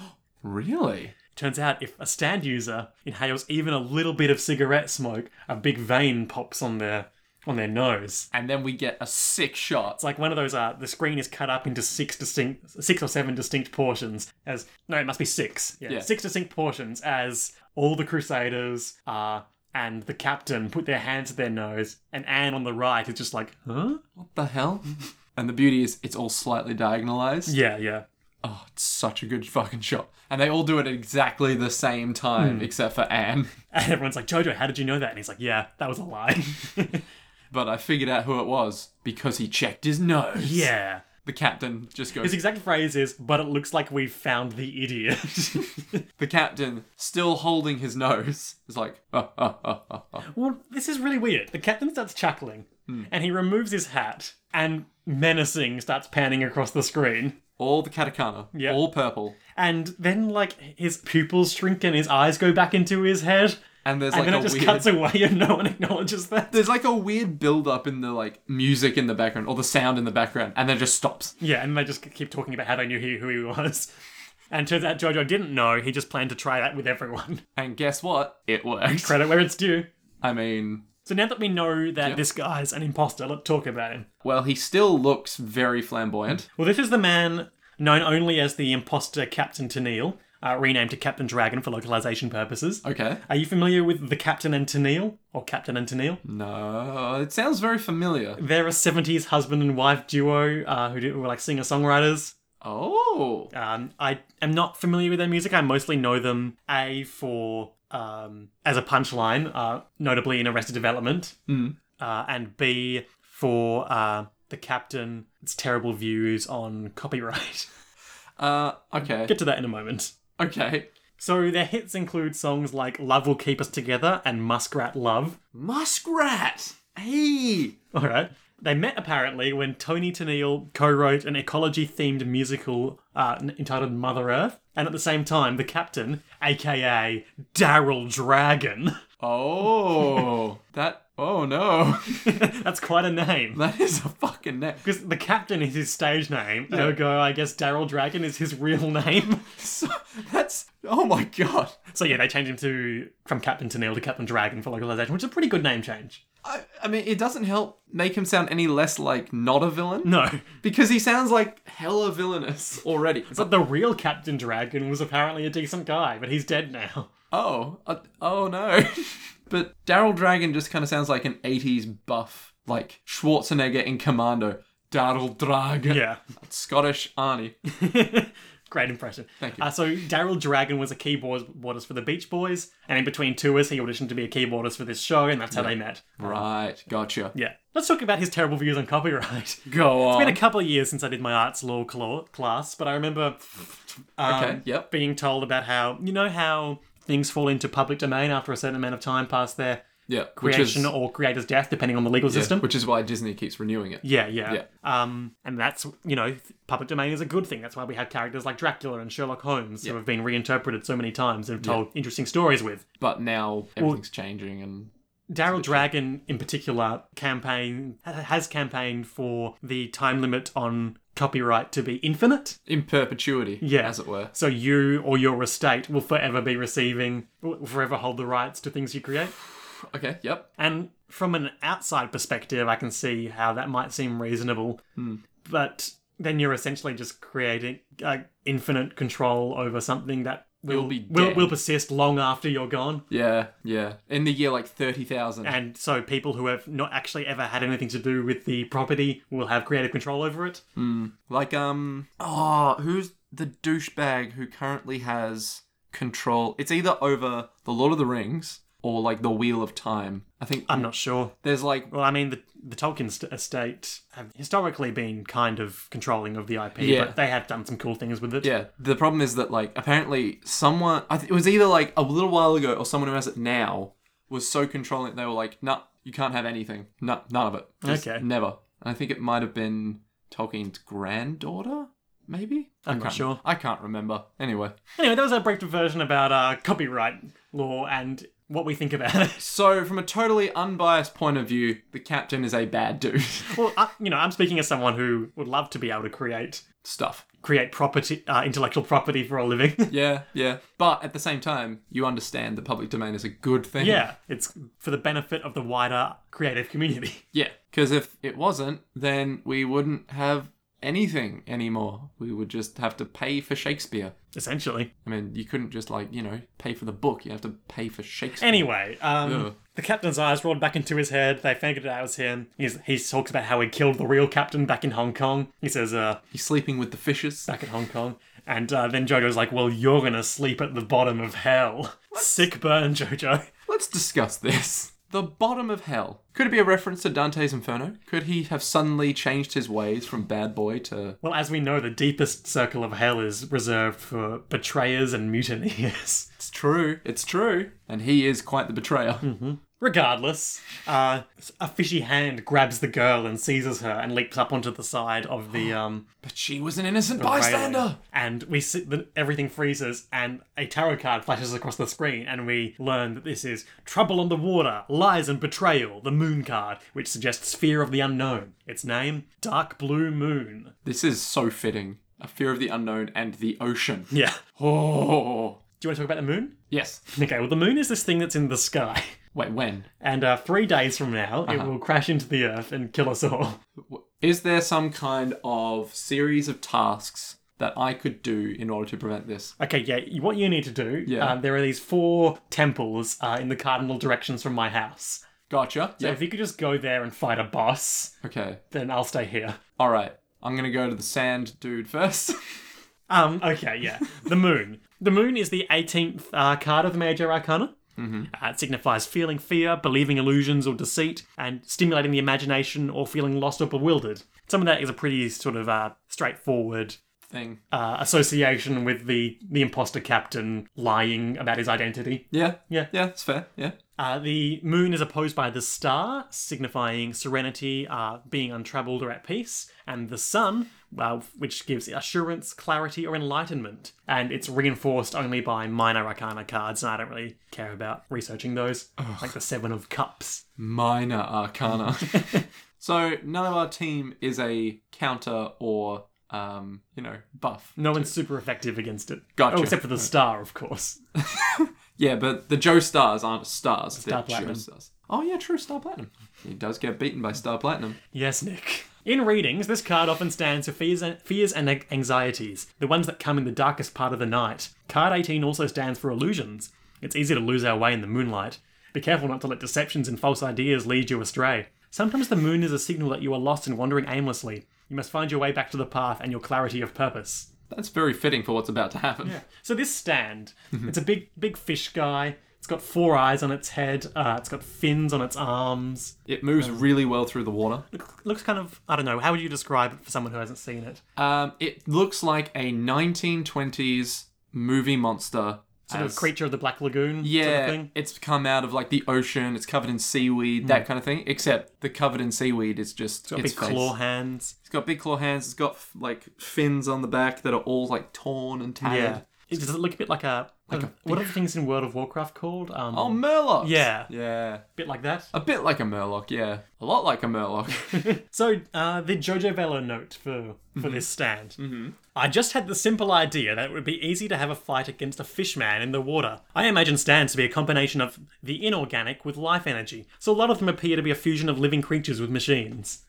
Speaker 2: really?
Speaker 1: Turns out if a stand user inhales even a little bit of cigarette smoke, a big vein pops on their on their nose.
Speaker 2: And then we get a sick shot.
Speaker 1: It's like one of those uh the screen is cut up into six distinct six or seven distinct portions as no, it must be six. Yeah.
Speaker 2: Yeah.
Speaker 1: Six distinct portions as all the crusaders uh and the captain put their hand to their nose, and Anne on the right is just like, huh?
Speaker 2: What the hell? And the beauty is it's all slightly diagonalized.
Speaker 1: Yeah, yeah.
Speaker 2: Oh, it's such a good fucking shot. And they all do it at exactly the same
Speaker 1: Hmm.
Speaker 2: time, except for Anne.
Speaker 1: And everyone's like, Jojo, how did you know that? And he's like, yeah, that was a lie.
Speaker 2: But I figured out who it was because he checked his nose.
Speaker 1: yeah.
Speaker 2: The captain just goes.
Speaker 1: His exact phrase is, but it looks like we've found the idiot.
Speaker 2: the captain, still holding his nose, is like, "Ah, ah, ah, ah, ah."
Speaker 1: well, this is really weird. The captain starts chuckling and he removes his hat and menacing starts panning across the screen.
Speaker 2: all the katakana,
Speaker 1: Yeah.
Speaker 2: all purple.
Speaker 1: And then, like, his pupils shrink and his eyes go back into his head.
Speaker 2: And there's
Speaker 1: And
Speaker 2: like
Speaker 1: then
Speaker 2: a
Speaker 1: it just
Speaker 2: weird.
Speaker 1: cuts away and no one acknowledges that.
Speaker 2: there's like a weird build up in the like music in the background or the sound in the background, and then it just stops.
Speaker 1: Yeah, and they just keep talking about how they knew who, who he was. And turns out Jojo didn't know, he just planned to try that with everyone.
Speaker 2: And guess what? It works.
Speaker 1: Credit where it's due.
Speaker 2: I mean,
Speaker 1: So now that we know that this guy's an imposter, let's talk about him.
Speaker 2: well, he still looks very flamboyant.
Speaker 1: Well, this is the man known only as the imposter Captain Tennille, uh, renamed to Captain Dragon for localization purposes.
Speaker 2: Okay.
Speaker 1: Are you familiar with the Captain and Tennille, or Captain and Tennille?
Speaker 2: No, it sounds very familiar.
Speaker 1: They're a '70s husband and wife duo uh, who, do, who were like singer songwriters.
Speaker 2: Oh,
Speaker 1: Um, I am not familiar with their music. I mostly know them a for um, as a punchline, uh, notably in Arrested Development, uh, and b for uh, the captain. It's terrible views on copyright.
Speaker 2: uh, okay,
Speaker 1: Get to that in a moment.
Speaker 2: okay.
Speaker 1: So their hits include songs like "Love Will Keep Us Together" and "Muskrat Love."
Speaker 2: Muskrat. Hey,
Speaker 1: All right. They met apparently when Tony Tennille co-wrote an ecology-themed musical uh, n- entitled Mother Earth, and at the same time, the captain, aka Daryl Dragon,
Speaker 2: Oh, that. Oh no,
Speaker 1: that's quite a name.
Speaker 2: that is a fucking name.
Speaker 1: Because the captain is his stage name, ergo, I guess Daryl Dragon is his real name.
Speaker 2: So, that's. Oh my god.
Speaker 1: So yeah, they changed him to from Captain Tennille to Captain Dragon for localization, which is a pretty good name change.
Speaker 2: I, I mean, it doesn't help make him sound any less like not a villain
Speaker 1: No,
Speaker 2: because he sounds like hella villainous already. It's
Speaker 1: but
Speaker 2: like,
Speaker 1: the real Captain Dragon was apparently a decent guy, but he's dead now.
Speaker 2: oh, uh, oh no. but Daryl Dragon just kind of sounds like an '80s buff, like Schwarzenegger in Commando. Daryl Dragon.
Speaker 1: Yeah.
Speaker 2: Scottish Arnie.
Speaker 1: Great impression.
Speaker 2: Thank you.
Speaker 1: Uh, so Daryl Dragon was a keyboardist for the Beach Boys, and in between tours, he auditioned to be a keyboardist for this show, and that's how they met.
Speaker 2: Right. Gotcha.
Speaker 1: Yeah. Let's talk about his terrible views on copyright.
Speaker 2: Go
Speaker 1: It's been
Speaker 2: on.
Speaker 1: a couple of years since I did my arts law cla- class, but I remember um,
Speaker 2: Okay. Yep.
Speaker 1: being told about how you know how things fall into public domain after a certain amount of time past their
Speaker 2: Yeah. Which is
Speaker 1: creation or creator's death, depending on the legal system.
Speaker 2: Which is why Disney keeps renewing it.
Speaker 1: Yeah, yeah. Um, and that's you know, th- public domain is a good thing. That's why we have characters like Dracula and Sherlock Holmes who have been reinterpreted so many times and told interesting stories with.
Speaker 2: But now everything's changing and
Speaker 1: Daryl Dragon, in particular, campaign ha- has campaigned for the time limit on copyright to be infinite.
Speaker 2: in perpetuity,
Speaker 1: Yeah.
Speaker 2: as it were.
Speaker 1: So you or your estate will forever be receiving, will forever hold the rights to things you create.
Speaker 2: Okay, yep.
Speaker 1: And from an outside perspective, I can see how that might seem reasonable.
Speaker 2: Hmm.
Speaker 1: But then you're essentially just creating uh, infinite control over something that will
Speaker 2: You'll be
Speaker 1: will,
Speaker 2: dead.
Speaker 1: will persist long after you're gone.
Speaker 2: Yeah, yeah. In the year like thirty thousand.
Speaker 1: And so people who have not actually ever had anything to do with the property will have creative control over it.
Speaker 2: Hmm. Like, um, oh, who's the douchebag who currently has control? It's either over the Lord of the Rings or like the Wheel of Time. I think
Speaker 1: I'm not sure.
Speaker 2: there's like,
Speaker 1: Well, I mean, the, the Tolkien st- estate have historically been kind of controlling of the IP,
Speaker 2: Yeah.
Speaker 1: but they have done some cool things with it.
Speaker 2: yeah. The problem is that like apparently someone, I th- it was either like a little while ago or someone who has it now was so controlling that they were like, nah, you can't have anything, no, none of it, Just
Speaker 1: Okay.
Speaker 2: never. And I think it might have been Tolkien's granddaughter, maybe. I
Speaker 1: I'm not
Speaker 2: can't-
Speaker 1: sure.
Speaker 2: I can't remember. Anyway.
Speaker 1: Anyway, that was our brief diversion about uh, copyright law and what we think about it.
Speaker 2: So, from a totally unbiased point of view, the captain is a bad dude.
Speaker 1: Well, I, you know, I'm speaking as someone who would love to be able to create
Speaker 2: Stuff.
Speaker 1: create property, uh, intellectual property for a living.
Speaker 2: Yeah, yeah. But at the same time, you understand that public domain is a good thing.
Speaker 1: yeah, it's for the benefit of the wider creative community.
Speaker 2: Yeah. Because if it wasn't, then we wouldn't have anything anymore. We would just have to pay for Shakespeare.
Speaker 1: essentially.
Speaker 2: I mean, you couldn't just, like, you know, pay for the book. You have to pay for Shakespeare.
Speaker 1: Anyway, um,
Speaker 2: Ugh.
Speaker 1: the captain's eyes rolled back into his head. They figured it out was him. He's, he talks about how he killed the real captain back in Hong Kong. He says, uh,
Speaker 2: He's sleeping with the fishes.
Speaker 1: back in Hong Kong. And uh, then Jojo's like, well, you're gonna sleep at the bottom of hell. Sick burn, Jojo.
Speaker 2: Let's discuss this. The bottom of hell. Could it be a reference to Dante's Inferno? Could he have suddenly changed his ways from bad boy to
Speaker 1: Well, as we know, the deepest circle of hell is reserved for betrayers and mutineers.
Speaker 2: It's true. It's true. And he is quite the betrayer.
Speaker 1: Hmm. Regardless, uh, a fishy hand grabs the girl and seizes her and leaps up onto the side of the um,
Speaker 2: But she was an innocent
Speaker 1: railing.
Speaker 2: bystander.
Speaker 1: And we see that everything freezes, and a tarot card flashes across the screen, and we learn that this is Trouble on the Water, Lies and Betrayal, the Moon card, which suggests fear of the unknown. Its name, Dark Blue Moon.
Speaker 2: This is so fitting. A fear of the unknown and the ocean.
Speaker 1: Yeah.
Speaker 2: Oh.
Speaker 1: Do you want to talk about the moon?
Speaker 2: Yes.
Speaker 1: Okay, well, the moon is this thing that's in the sky.
Speaker 2: Wait, when?
Speaker 1: And uh, three days from now, it will crash into the earth and kill us all.
Speaker 2: W- Is there some kind of series of tasks that I could do in order to prevent this?
Speaker 1: Okay, yeah, you- what you need to do,
Speaker 2: Yeah.
Speaker 1: uh, there are these four temples uh, in the cardinal directions from my house.
Speaker 2: Gotcha.
Speaker 1: So
Speaker 2: Yeah.
Speaker 1: if you could just go there and fight a boss,
Speaker 2: Okay.
Speaker 1: then I'll stay here.
Speaker 2: All right. I'm going to go to the sand dude first.
Speaker 1: Um, okay, yeah. The moon. The moon is the 18th uh, card of the Major Arcana. Mm-hmm. Uh, it signifies feeling fear, believing illusions or deceit, and stimulating the imagination or feeling lost or bewildered. Some of that is a pretty sort of uh, straightforward
Speaker 2: Thing.
Speaker 1: uh, association with the, the imposter captain lying about his identity.
Speaker 2: Yeah.
Speaker 1: Yeah.
Speaker 2: Yeah, it's fair. Yeah.
Speaker 1: Uh, the moon is opposed by the star, signifying serenity, uh, being untroubled or at peace, and the sun, uh, which gives assurance, clarity, or enlightenment. And it's reinforced only by minor arcana cards, and I don't really care about researching those, like the Seven of Cups.
Speaker 2: Minor arcana. so none of our team is a counter or, um, you know, buff.
Speaker 1: No one's super effective against it.
Speaker 2: Gotcha.
Speaker 1: Oh, except for the star, of course.
Speaker 2: Yeah, but the Joe Stars aren't stars. they're
Speaker 1: Platinum.
Speaker 2: Joe Stars. Oh yeah, true. Star Platinum. He does get beaten by Star Platinum.
Speaker 1: Yes, Nick. In readings, this card often stands for fears and, fears and an- anxieties, the ones that come in the darkest part of the night. Card 18 also stands for illusions. It's easy to lose our way in the moonlight. Be careful not to let deceptions and false ideas lead you astray. Sometimes the moon is a signal that you are lost and wandering aimlessly. You must find your way back to the path and your clarity of purpose.
Speaker 2: That's very fitting for what's about to happen.
Speaker 1: So this stand, it's a big, big fish guy. It's got four eyes on its head. Uh, it's got fins on its arms.
Speaker 2: It moves
Speaker 1: Um,
Speaker 2: really well through the water.
Speaker 1: Look, looks kind of, I don't know. How would you describe it for someone who hasn't seen it?
Speaker 2: Um, it looks like a 1920s movie monster.
Speaker 1: sort of
Speaker 2: as-
Speaker 1: creature of the black lagoon sort
Speaker 2: Yeah,
Speaker 1: of thing. Hmm.
Speaker 2: it's come out of like the ocean. It's covered in seaweed, that kind of thing. Except the covered in seaweed is just
Speaker 1: Got
Speaker 2: its
Speaker 1: big
Speaker 2: face.
Speaker 1: claw hands.
Speaker 2: It's got big claw hands. It's got f- like fins on the back that are all like torn and tattered.
Speaker 1: Yeah. It, does it look a bit like a, what are the things in World of Warcraft called? Um,
Speaker 2: Oh, uh, Murloc.
Speaker 1: Yeah.
Speaker 2: Yeah.
Speaker 1: a bit like that.
Speaker 2: A bit like a Murloc, yeah. A lot like a Murloc.
Speaker 1: So uh, the Jojo Vela note for for this stand. Mm-hmm. I just had the simple idea that it would be easy to have a fight against a fish man in the water. I imagine stands to be a combination of the inorganic with life energy, so a lot of them appear to be a fusion of living creatures with machines.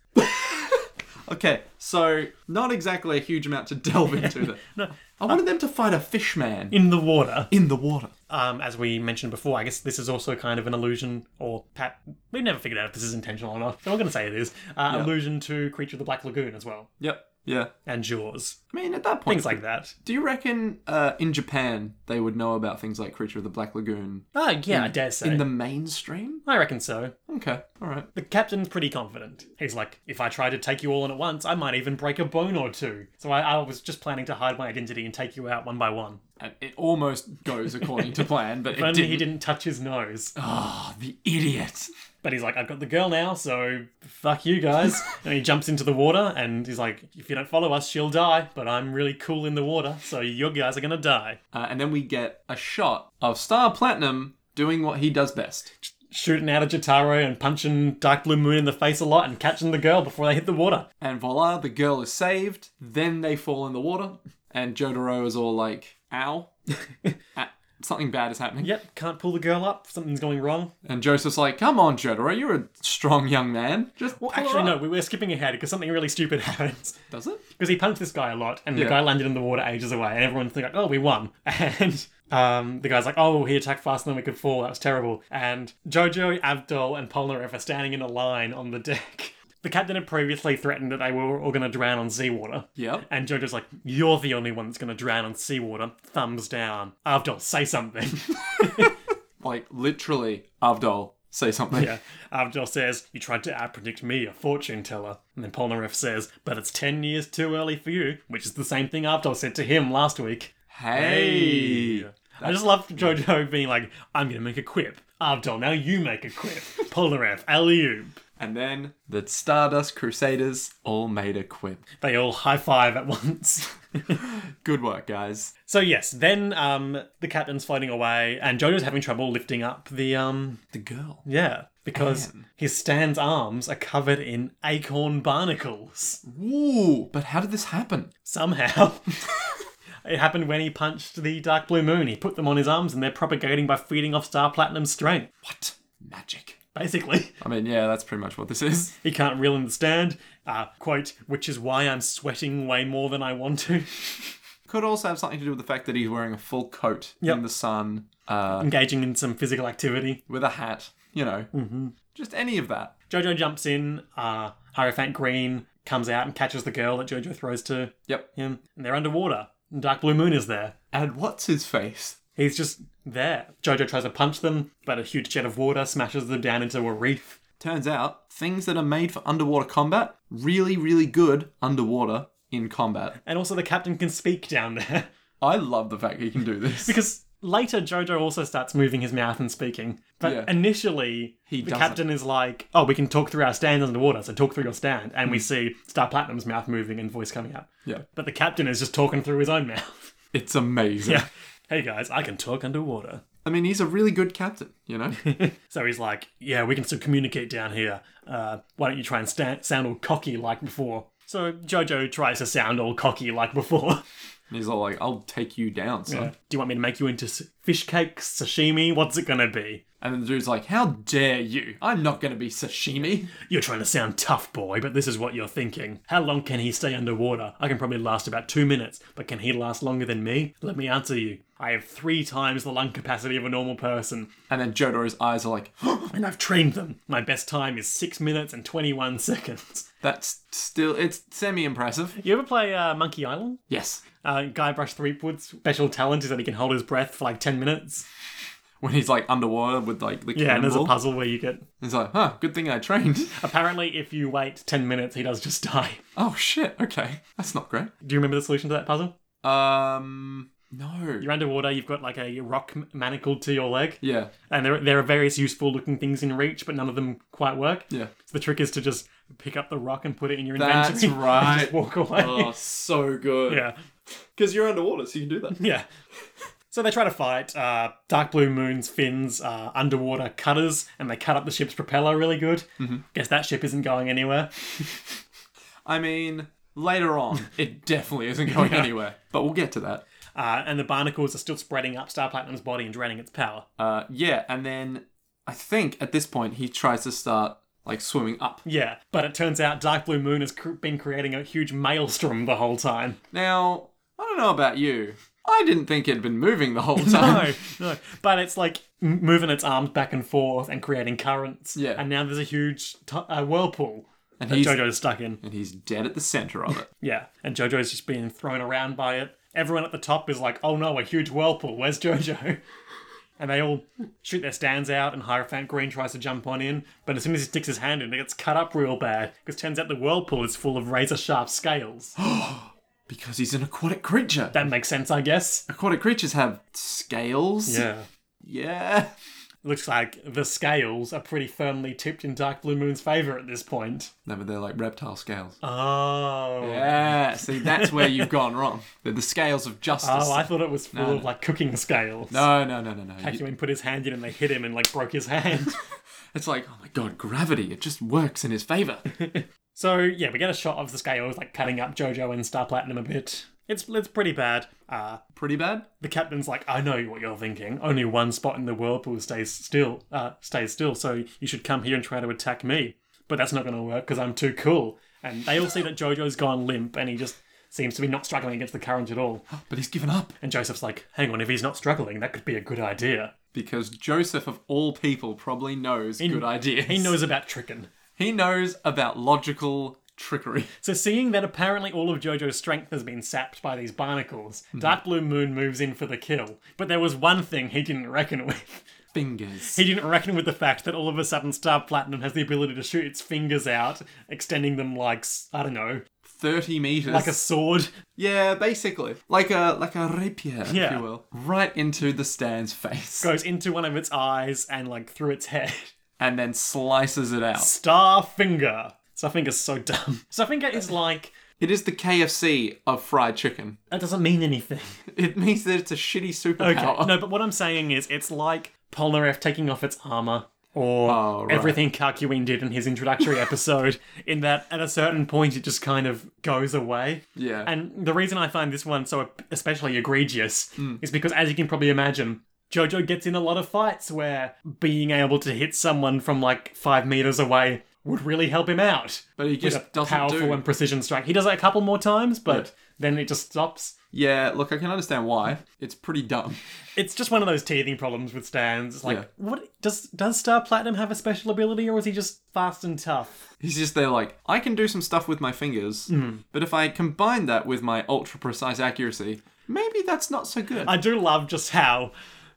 Speaker 2: Okay, so not exactly a huge amount to delve into there. no, I wanted them to fight a fish man
Speaker 1: in the water.
Speaker 2: in the water.
Speaker 1: Um, as we mentioned before, I guess this is also kind of an allusion, or pat. We've never figured out if this is intentional or not. So we're going to say it is uh, allusion to Creature of the Black Lagoon as well,
Speaker 2: Yep. Yeah.
Speaker 1: and Jaws,
Speaker 2: I mean, at that point,
Speaker 1: things like that.
Speaker 2: do you reckon uh, in Japan they would know about things like Creature of the Black Lagoon
Speaker 1: Oh, yeah, I dare say.
Speaker 2: Uh, in the mainstream?
Speaker 1: I reckon so.
Speaker 2: Okay, all right.
Speaker 1: The captain's pretty confident. He's like, if I try to take you all on at once, I might even break a bone or two. So I, I was just planning to hide my identity and take you out one by one.
Speaker 2: And it almost goes according to plan, but it
Speaker 1: Only he
Speaker 2: didn't.
Speaker 1: didn't touch his nose.
Speaker 2: Ah, the idiot.
Speaker 1: But he's like, I've got the girl now, so fuck you guys. and he jumps into the water and he's like, if you don't follow us, she'll die. But I'm really cool in the water, so you guys are gonna die.
Speaker 2: Uh, and then we get a shot of Star Platinum doing what he does best.
Speaker 1: Shooting out a Jotaro and punching Dark Blue Moon in the face a lot and catching the girl before they hit the water.
Speaker 2: And voila, the girl is saved. Then they fall in the water, and Jotaro is all like, ow. Ah, Something bad is happening.
Speaker 1: Yep, can't pull the girl up. Something's going wrong.
Speaker 2: And Joseph's like, come on, Jotaro, you're a strong young man. Just pull her
Speaker 1: Actually, no,
Speaker 2: up."
Speaker 1: we were skipping ahead because something really stupid happens.
Speaker 2: Does it?
Speaker 1: because he punched this guy a lot, and
Speaker 2: Yeah.
Speaker 1: the guy landed in the water ages away, and everyone's like, "Oh, we won!" And um, the guy's like, "Oh, he attacked faster than we could fall. That was terrible." And Jojo, Abdul, and Polnareff are standing in a line on the deck. The captain had previously threatened that they were all going to drown on seawater.
Speaker 2: Yep.
Speaker 1: And Jojo's like, "You're the only one that's going to drown on seawater." Thumbs down. Abdul, say something.
Speaker 2: Like, literally, Avdol, say something.
Speaker 1: yeah. Abdul says, "You tried to outpredict me, a fortune teller." And then Polnareff says, "But it's ten years too early for you," which is the same thing Abdul said to him last week.
Speaker 2: Hey.
Speaker 1: I just love Jojo being like, I'm going to make a quip. Abdul, now you make a quip. Polnareff, alley
Speaker 2: And then the Stardust Crusaders all made a quip.
Speaker 1: They all high five at once.
Speaker 2: Good work, guys.
Speaker 1: so, yes, then um, the captain's floating away, and Jojo's having trouble lifting up the. um
Speaker 2: The girl.
Speaker 1: Yeah, because his Stan's arms are covered in acorn barnacles.
Speaker 2: Ooh, but how did this happen?
Speaker 1: Somehow. It happened when he punched the dark blue moon. He put them on his arms and they're propagating by feeding off Star Platinum's strength.
Speaker 2: What? Magic.
Speaker 1: Basically.
Speaker 2: I mean, yeah, that's pretty much what this is.
Speaker 1: He can't reel in the stand. Uh, quote, which is why I'm sweating way more than I want to.
Speaker 2: Could also have something to do with the fact that he's wearing a full coat in the sun, uh,
Speaker 1: Engaging in some physical activity.
Speaker 2: with a hat, you know. Mm-hmm. Just any of that.
Speaker 1: Jojo jumps in. Uh, Hierophant Green comes out and catches the girl that Jojo throws to
Speaker 2: Yep.
Speaker 1: him. And they're underwater. And Dark Blue Moon is there.
Speaker 2: And what's his face?
Speaker 1: He's just there. Jojo tries to punch them, but a huge jet of water smashes them down into a reef.
Speaker 2: Turns out, things that are made for underwater combat, really, really good underwater in combat.
Speaker 1: And also the captain can speak down there.
Speaker 2: I love the fact he can do this.
Speaker 1: because later Jojo also starts moving his mouth and speaking. But
Speaker 2: Yeah.
Speaker 1: initially, the
Speaker 2: doesn't.
Speaker 1: captain is like, "Oh, we can talk through our stands underwater, so talk through your stand." And
Speaker 2: Hmm.
Speaker 1: we see Star Platinum's mouth moving and voice coming out.
Speaker 2: yeah.
Speaker 1: But the captain is just talking through his own mouth.
Speaker 2: It's amazing.
Speaker 1: yeah. Hey guys, I can talk underwater.
Speaker 2: I mean, he's a really good captain, you know?
Speaker 1: So he's like, "Yeah, we can still communicate down here. Uh, why don't you try and sta- sound all cocky like before?" So Jojo tries to sound all cocky like before.
Speaker 2: And he's all like, I'll take you down, son.
Speaker 1: Do you want me to make you into s- fish cakes, sashimi? What's it gonna be?
Speaker 2: And then the dude's like, How dare you? I'm not going to be sashimi.
Speaker 1: You're trying to sound tough, boy, but this is what you're thinking. How long can he stay underwater? I can probably last about two minutes, but can he last longer than me? Let me answer you. I have three times the lung capacity of a normal person,
Speaker 2: And then Jotaro's eyes are like,
Speaker 1: and I've trained them. My best time is six minutes and 21 seconds.
Speaker 2: That's still, it's semi impressive.
Speaker 1: You ever play uh, Monkey Island?
Speaker 2: Yes.
Speaker 1: Uh, Guybrush Threepwood's special talent is that he can hold his breath for like 10 minutes.
Speaker 2: When he's like underwater with like the
Speaker 1: Yeah, and there's a
Speaker 2: cannonball.
Speaker 1: puzzle where you get.
Speaker 2: He's like, Huh, good thing I trained.
Speaker 1: Apparently, if you wait 10 minutes, he does just die.
Speaker 2: oh shit, okay. That's not great.
Speaker 1: Do you remember the solution to that puzzle?
Speaker 2: Um, no.
Speaker 1: You're underwater, you've got like a rock m- manacled to your leg.
Speaker 2: Yeah,
Speaker 1: and there, there are various useful looking things in reach, but none of them quite work.
Speaker 2: yeah.
Speaker 1: So the trick is to just pick up the rock and put it in your
Speaker 2: That's
Speaker 1: inventory. and
Speaker 2: right.
Speaker 1: just walk away.
Speaker 2: Oh, so good.
Speaker 1: Yeah,
Speaker 2: Because you're underwater, so you can do that.
Speaker 1: yeah. So they try to fight. Uh, Dark Blue Moon's fins are underwater cutters, and they cut up the ship's propeller really good.
Speaker 2: Mm-hmm.
Speaker 1: Guess that ship isn't going anywhere.
Speaker 2: I mean, later on, it definitely isn't going anywhere. But we'll get to that.
Speaker 1: Uh, and the barnacles are still spreading up Star Platinum's body and draining its power.
Speaker 2: Uh, yeah, and then I think at this point he tries to start like swimming up.
Speaker 1: Yeah, but it turns out Dark Blue Moon has cr- been creating a huge maelstrom the whole time.
Speaker 2: Now, I don't know about you. I didn't think it'd been moving the whole time.
Speaker 1: No, no. But it's like m- moving its arms back and forth and creating currents.
Speaker 2: Yeah.
Speaker 1: And now there's a huge t- uh, whirlpool
Speaker 2: and
Speaker 1: that
Speaker 2: he's
Speaker 1: JoJo's stuck in.
Speaker 2: and he's dead at the center of it.
Speaker 1: Yeah. And JoJo's just being thrown around by it. Everyone at the top is like, oh no, a huge whirlpool. Where's JoJo? And they all shoot their stands out, and Hierophant Green tries to jump on in, but as soon as he sticks his hand in, it gets cut up real bad, because turns out the whirlpool is full of razor sharp scales.
Speaker 2: because he's an aquatic creature.
Speaker 1: that makes sense, I guess.
Speaker 2: aquatic creatures have scales.
Speaker 1: Yeah.
Speaker 2: Yeah.
Speaker 1: Looks like the scales are pretty firmly tipped in Dark Blue Moon's favour at this point.
Speaker 2: No, but they're like reptile scales.
Speaker 1: Oh.
Speaker 2: Yeah. See, that's where you've gone wrong. They're the scales of justice.
Speaker 1: Oh, I thought it was full
Speaker 2: No,
Speaker 1: of like cooking scales.
Speaker 2: No, no, no, no, no. You-
Speaker 1: Acumen put his hand in and they hit him and like broke his hand.
Speaker 2: It's like, oh my god, gravity. It just works in his favor.
Speaker 1: so yeah, we get a shot of the scales like cutting up Jojo and Star Platinum a bit. It's it's pretty bad. Uh,
Speaker 2: Pretty bad.
Speaker 1: the captain's like, I know what you're thinking. Only one spot in the whirlpool stays still. Uh, stays still. So you should come here and try to attack me. But that's not going to work because I'm too cool. And they all see that Jojo's gone limp and he just seems to be not struggling against the current at all.
Speaker 2: But he's given up.
Speaker 1: And Joseph's like, Hang on, if he's not struggling, that could be a good idea.
Speaker 2: Because Joseph, of all people, probably knows good ideas.
Speaker 1: He knows about tricking.
Speaker 2: He knows about logical trickery.
Speaker 1: So, seeing that apparently all of JoJo's strength has been sapped by these barnacles, Dark Blue Moon moves in for the kill. But there was one thing he didn't reckon with.
Speaker 2: Fingers.
Speaker 1: He didn't reckon with the fact that all of a sudden Star Platinum has the ability to shoot its fingers out, extending them like, s- I don't know,
Speaker 2: 30 meters.
Speaker 1: like a sword.
Speaker 2: Yeah, basically. Like a like a rapier, if
Speaker 1: Yeah.
Speaker 2: you will. Right into the stand's face.
Speaker 1: Goes into one of its eyes and like through its head.
Speaker 2: And then slices it out.
Speaker 1: Starfinger. Starfinger's so dumb. Starfinger is like,
Speaker 2: It is the KFC of fried chicken.
Speaker 1: that doesn't mean anything.
Speaker 2: It means that it's a shitty
Speaker 1: Okay.
Speaker 2: superpower.
Speaker 1: No, but what I'm saying is it's like Polnareff taking off its armor or
Speaker 2: Oh, right.
Speaker 1: everything Karkuin did in his introductory episode in that at a certain point it just kind of goes away.
Speaker 2: Yeah.
Speaker 1: And the reason I find this one so especially egregious
Speaker 2: Mm.
Speaker 1: is because as you can probably imagine Jojo gets in a lot of fights where being able to hit someone from like five meters away would really help him out.
Speaker 2: but he
Speaker 1: With a
Speaker 2: just doesn't
Speaker 1: powerful
Speaker 2: do.
Speaker 1: and precision strike. He does it a couple more times, but
Speaker 2: Yeah.
Speaker 1: then it just stops.
Speaker 2: Yeah, look, I can understand why. It's pretty dumb.
Speaker 1: It's just one of those teething problems with stands. It's like,
Speaker 2: Yeah.
Speaker 1: what does does Star Platinum have a special ability, or is he just fast and tough?
Speaker 2: He's just there like, I can do some stuff with my fingers,
Speaker 1: Hmm.
Speaker 2: but if I combine that with my ultra precise accuracy, maybe that's not so good.
Speaker 1: I do love just how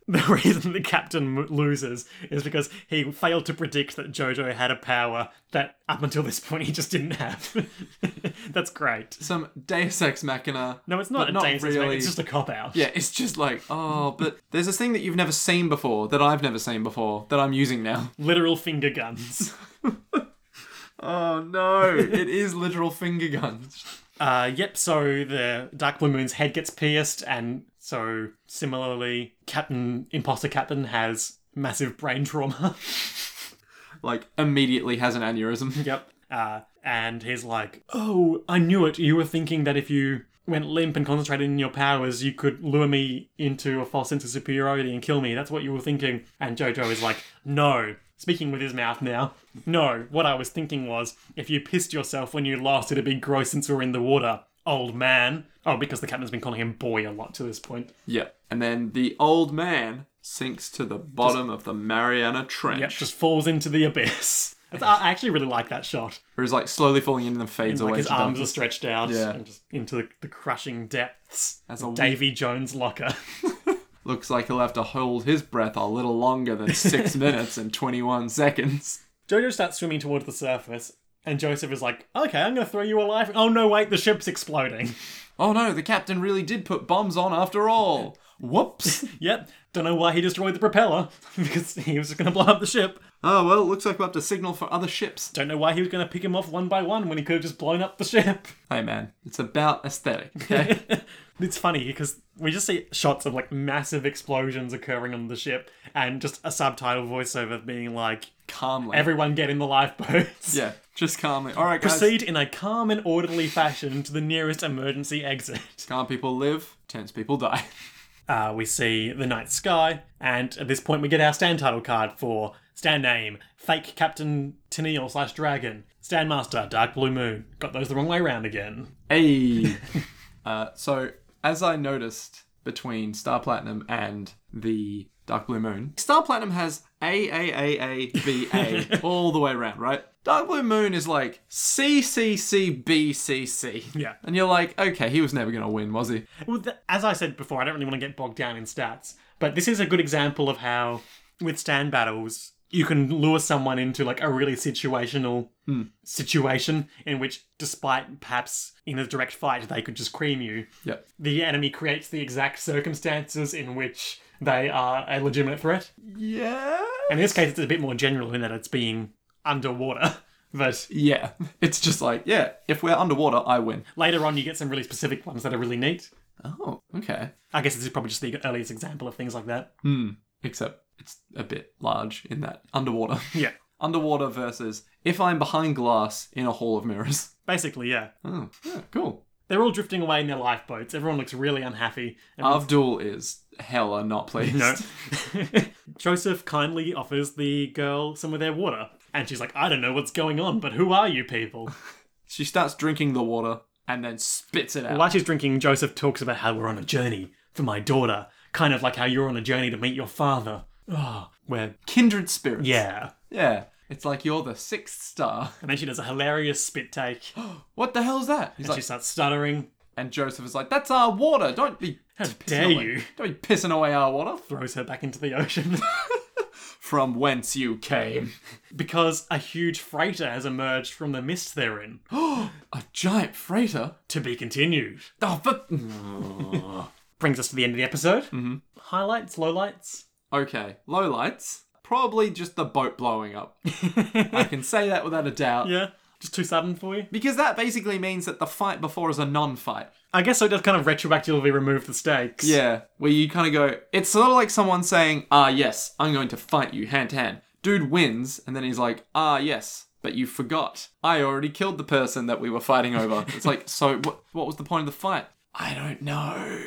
Speaker 1: the reason the captain m- loses is because he failed to predict that Jojo had a power that up until this point he just didn't have. That's great.
Speaker 2: some Deus Ex Machina.
Speaker 1: No, it's not
Speaker 2: but
Speaker 1: a
Speaker 2: not
Speaker 1: dance,
Speaker 2: really.
Speaker 1: it's just a cop out.
Speaker 2: Yeah, it's just like, oh, but there's this thing that you've never seen before, that I've never seen before, that I'm using now.
Speaker 1: Literal finger guns.
Speaker 2: Oh no, it is literal finger guns.
Speaker 1: Uh, yep, so the Dark Blue Moon's head gets pierced, and so similarly, Captain Imposter Captain has massive brain trauma.
Speaker 2: Like, immediately has an aneurysm.
Speaker 1: yep. Uh, and he's like, Oh, I knew it. You were thinking that if you went limp and concentrated in your powers, you could lure me into a false sense of superiority and kill me. That's what you were thinking. And Jojo is like, No. Speaking with his mouth now. No, what I was thinking was if you pissed yourself when you lost, it'd be gross since we were in the water. Old man. Oh, because the captain's been calling him boy a lot to this point.
Speaker 2: Yeah. And then the old man sinks to the bottom of the Mariana Trench.
Speaker 1: Yep, just falls into the abyss. That's- I actually really like that shot.
Speaker 2: Where he's like slowly falling in and then fades away.
Speaker 1: like his
Speaker 2: to darkness.
Speaker 1: arms are stretched out
Speaker 2: Yeah.
Speaker 1: and just into the, the crushing depths
Speaker 2: As
Speaker 1: of
Speaker 2: a-
Speaker 1: Davy Jones locker.
Speaker 2: Looks like he'll have to hold his breath a little longer than six minutes and 21 seconds.
Speaker 1: Jojo starts swimming towards the surface, and Joseph is like, "Okay, I'm going to throw you a life." Oh no, wait, the ship's exploding.
Speaker 2: Oh no, the captain really did put bombs on after all. Whoops.
Speaker 1: yep, don't know why he destroyed the propeller because he was just going to blow up the ship.
Speaker 2: oh well, looks like we'll have to signal for other ships.
Speaker 1: Don't know why he was going to pick him off one by one when he could have just blown up the ship.
Speaker 2: Hey man, it's about aesthetic, okay?
Speaker 1: It's funny because we just see shots of like massive explosions occurring on the ship, and just a subtitle voiceover being like,
Speaker 2: calmly.
Speaker 1: "Everyone get in the lifeboats."
Speaker 2: yeah, just calmly. All right, guys.
Speaker 1: Proceed in a calm and orderly fashion to the nearest emergency exit.
Speaker 2: Calm people live, tense people die.
Speaker 1: Uh, we see the night sky, and at this point, we get our stand title card for Stand name, fake Captain Tennille slash Dragon. Stand Master, Dark Blue Moon. Got those the wrong way around again.
Speaker 2: Hey. uh, so as I noticed between Star Platinum and the Dark Blue Moon, Star Platinum has A A A A B A all the way around, right? Dark Blue Moon is like C C C B C C.
Speaker 1: Yeah.
Speaker 2: And you're like, okay, he was never gonna win, was he?
Speaker 1: Well, th- as I said before, I don't really want to get bogged down in stats, but this is a good example of how, with stand battles, you can lure someone into like a really situational situation in which, despite perhaps in a direct fight, they could just cream you.
Speaker 2: Yep.
Speaker 1: The enemy creates the exact circumstances in which they are a legitimate threat.
Speaker 2: Yeah.
Speaker 1: And in this case, it's a bit more general in that it's being underwater. But
Speaker 2: Yeah. It's just like, yeah, if we're underwater, I win.
Speaker 1: later on, you get some really specific ones that are really neat.
Speaker 2: Oh, okay.
Speaker 1: I guess this is probably just the earliest example of things like that.
Speaker 2: Hmm. Except it's a bit large in that underwater.
Speaker 1: Yeah.
Speaker 2: underwater versus if I'm behind glass in a hall of mirrors.
Speaker 1: Basically, yeah.
Speaker 2: Oh, yeah, cool.
Speaker 1: They're all drifting away in their lifeboats. Everyone looks really unhappy. And
Speaker 2: Abdul is hella not pleased.
Speaker 1: Oh, no. Joseph kindly offers the girl some of their water. And she's like, I don't know what's going on, but who are you people?
Speaker 2: She starts drinking the water and then spits it out.
Speaker 1: While she's drinking, Joseph talks about how we're on a journey for my daughter. Kind of like how you're on a journey to meet your father. Oh, where,
Speaker 2: Kindred spirits.
Speaker 1: yeah.
Speaker 2: Yeah. It's like you're the sixth star.
Speaker 1: And then she does a hilarious spit take.
Speaker 2: What the hell's that? He's
Speaker 1: she
Speaker 2: like,
Speaker 1: starts stuttering,
Speaker 2: and Joseph is like, that's our water. Don't be. How
Speaker 1: dare you."
Speaker 2: Don't be pissing away our water.
Speaker 1: throws her back into the ocean.
Speaker 2: From whence you came.
Speaker 1: because a huge freighter has emerged from the mist they're in.
Speaker 2: A giant freighter.
Speaker 1: to be continued.
Speaker 2: Oh, but.
Speaker 1: brings us to the end of the episode. Mm-hmm. Highlights, lowlights.
Speaker 2: Okay, low lights. Probably just the boat blowing up. I can say that without a doubt.
Speaker 1: Yeah, just too sudden for you.
Speaker 2: Because that basically means that the fight before is a non fight.
Speaker 1: I guess so. It does kind of retroactively remove the stakes.
Speaker 2: Yeah, where you kind of go, it's sort of like someone saying, ah, yes, I'm going to fight you hand to hand. Dude wins, and then he's like, ah, yes, but you forgot. I already killed the person that we were fighting over. it's like, so what, what was the point of the fight? I don't know.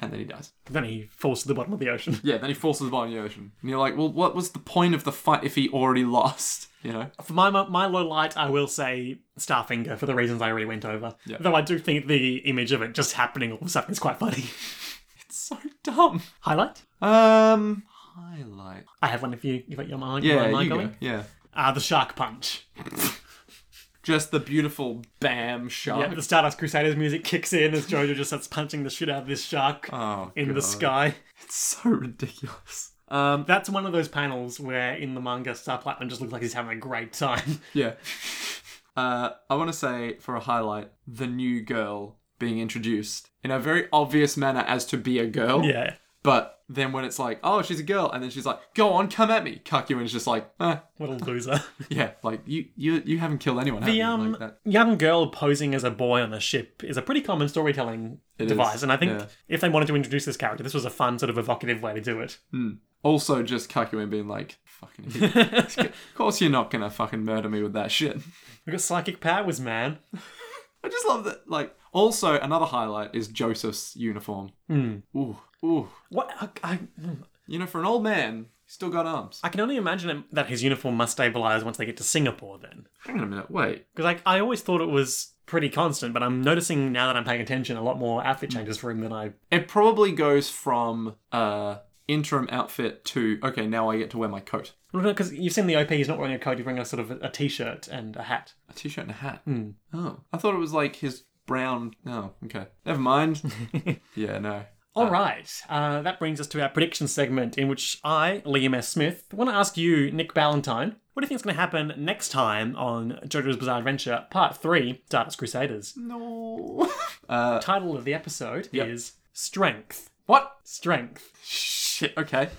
Speaker 2: And then he dies.
Speaker 1: Then he falls to the bottom of the ocean.
Speaker 2: Yeah, then he forces the bottom of the ocean. And you're like, well, what was the point of the fight if he already lost? You know?
Speaker 1: For my my low light, I will say Starfinger for the reasons I already went over. Though I do think the image of it just happening all of a sudden is quite funny.
Speaker 2: It's so dumb.
Speaker 1: Highlight.
Speaker 2: Um, highlight.
Speaker 1: I have one if you if you're mine.
Speaker 2: Yeah,
Speaker 1: mine
Speaker 2: you go.
Speaker 1: going.
Speaker 2: Yeah.
Speaker 1: Uh, the shark punch.
Speaker 2: Just the beautiful bam shark.
Speaker 1: Yeah, the Stardust Crusaders music kicks in as Jojo just starts punching the shit out of this shark
Speaker 2: Oh,
Speaker 1: in the
Speaker 2: God.
Speaker 1: sky.
Speaker 2: It's so ridiculous. Um,
Speaker 1: That's one of those panels where in the manga, Star Platinum just looks like he's having a great time.
Speaker 2: yeah. Uh, I want to say for a highlight, the new girl being introduced in a very obvious manner as to be a girl.
Speaker 1: Yeah.
Speaker 2: But then when it's like, oh, she's a girl, and then she's like, go on, come at me, Kakuin's just like, eh,
Speaker 1: What a loser.
Speaker 2: yeah, like you, you, you haven't killed anyone. have
Speaker 1: the
Speaker 2: you?
Speaker 1: um,
Speaker 2: like that.
Speaker 1: young girl posing as a boy on a ship is a pretty common storytelling
Speaker 2: It
Speaker 1: device,
Speaker 2: is,
Speaker 1: and I think
Speaker 2: yeah.
Speaker 1: if they wanted to introduce this character, this was a fun sort of evocative way to do it.
Speaker 2: Also, just Kakuin being like, fucking. idiot. of course, you're not gonna fucking murder me with that shit.
Speaker 1: We got psychic powers, man.
Speaker 2: I just love that. Like, also another highlight is Joseph's uniform. Ooh, ooh.
Speaker 1: What I, I,
Speaker 2: You know, for an old man, he's still got arms.
Speaker 1: I can only imagine it- that his uniform must stabilize once they get to Singapore, then,
Speaker 2: Hang on a minute. Wait.
Speaker 1: because like I always thought it was pretty constant, but I'm noticing now that I'm paying attention a lot more outfit changes for him than I.
Speaker 2: It probably goes from uh interim outfit to okay. Now I get to wear my coat,
Speaker 1: Because you've seen the OP, he's not wearing a coat; he's wearing a sort of a, a t-shirt and a hat.
Speaker 2: a t-shirt and a hat. Oh, I thought it was like his brown. Oh, okay. Never mind. yeah, no.
Speaker 1: All right, uh, that brings us to our prediction segment, in which I, Liam S. Smith, want to ask you, Nick Ballantyne, what do you think is going to happen next time on JoJo's Bizarre Adventure Part 3 Darkest Crusaders?
Speaker 2: No. uh,
Speaker 1: Title of the episode is Strength.
Speaker 2: what?
Speaker 1: Strength.
Speaker 2: Shit. Okay.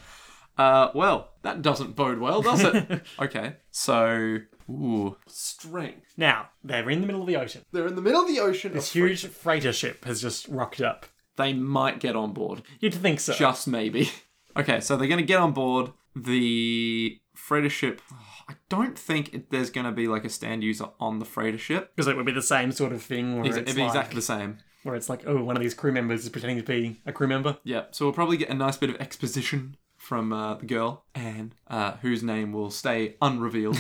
Speaker 2: Uh, well, that doesn't bode well, does it? okay. So, ooh, strength.
Speaker 1: Now, they're in the middle of the ocean.
Speaker 2: They're in the middle of the ocean.
Speaker 1: This huge freighter ship has just rocked up.
Speaker 2: They might get on board.
Speaker 1: You'd think so.
Speaker 2: Just maybe. Okay, so they're going to get on board the freighter ship. I don't think it, there's going to be like a stand user on the freighter ship.
Speaker 1: Because it would be the same sort of thing where,
Speaker 2: It'd
Speaker 1: it's
Speaker 2: be
Speaker 1: like,
Speaker 2: exactly the same.
Speaker 1: where it's like, oh, one of these crew members is pretending to be a crew member.
Speaker 2: Yeah, so we'll probably get a nice bit of exposition from uh, the girl, Anne, uh, whose name will stay unrevealed.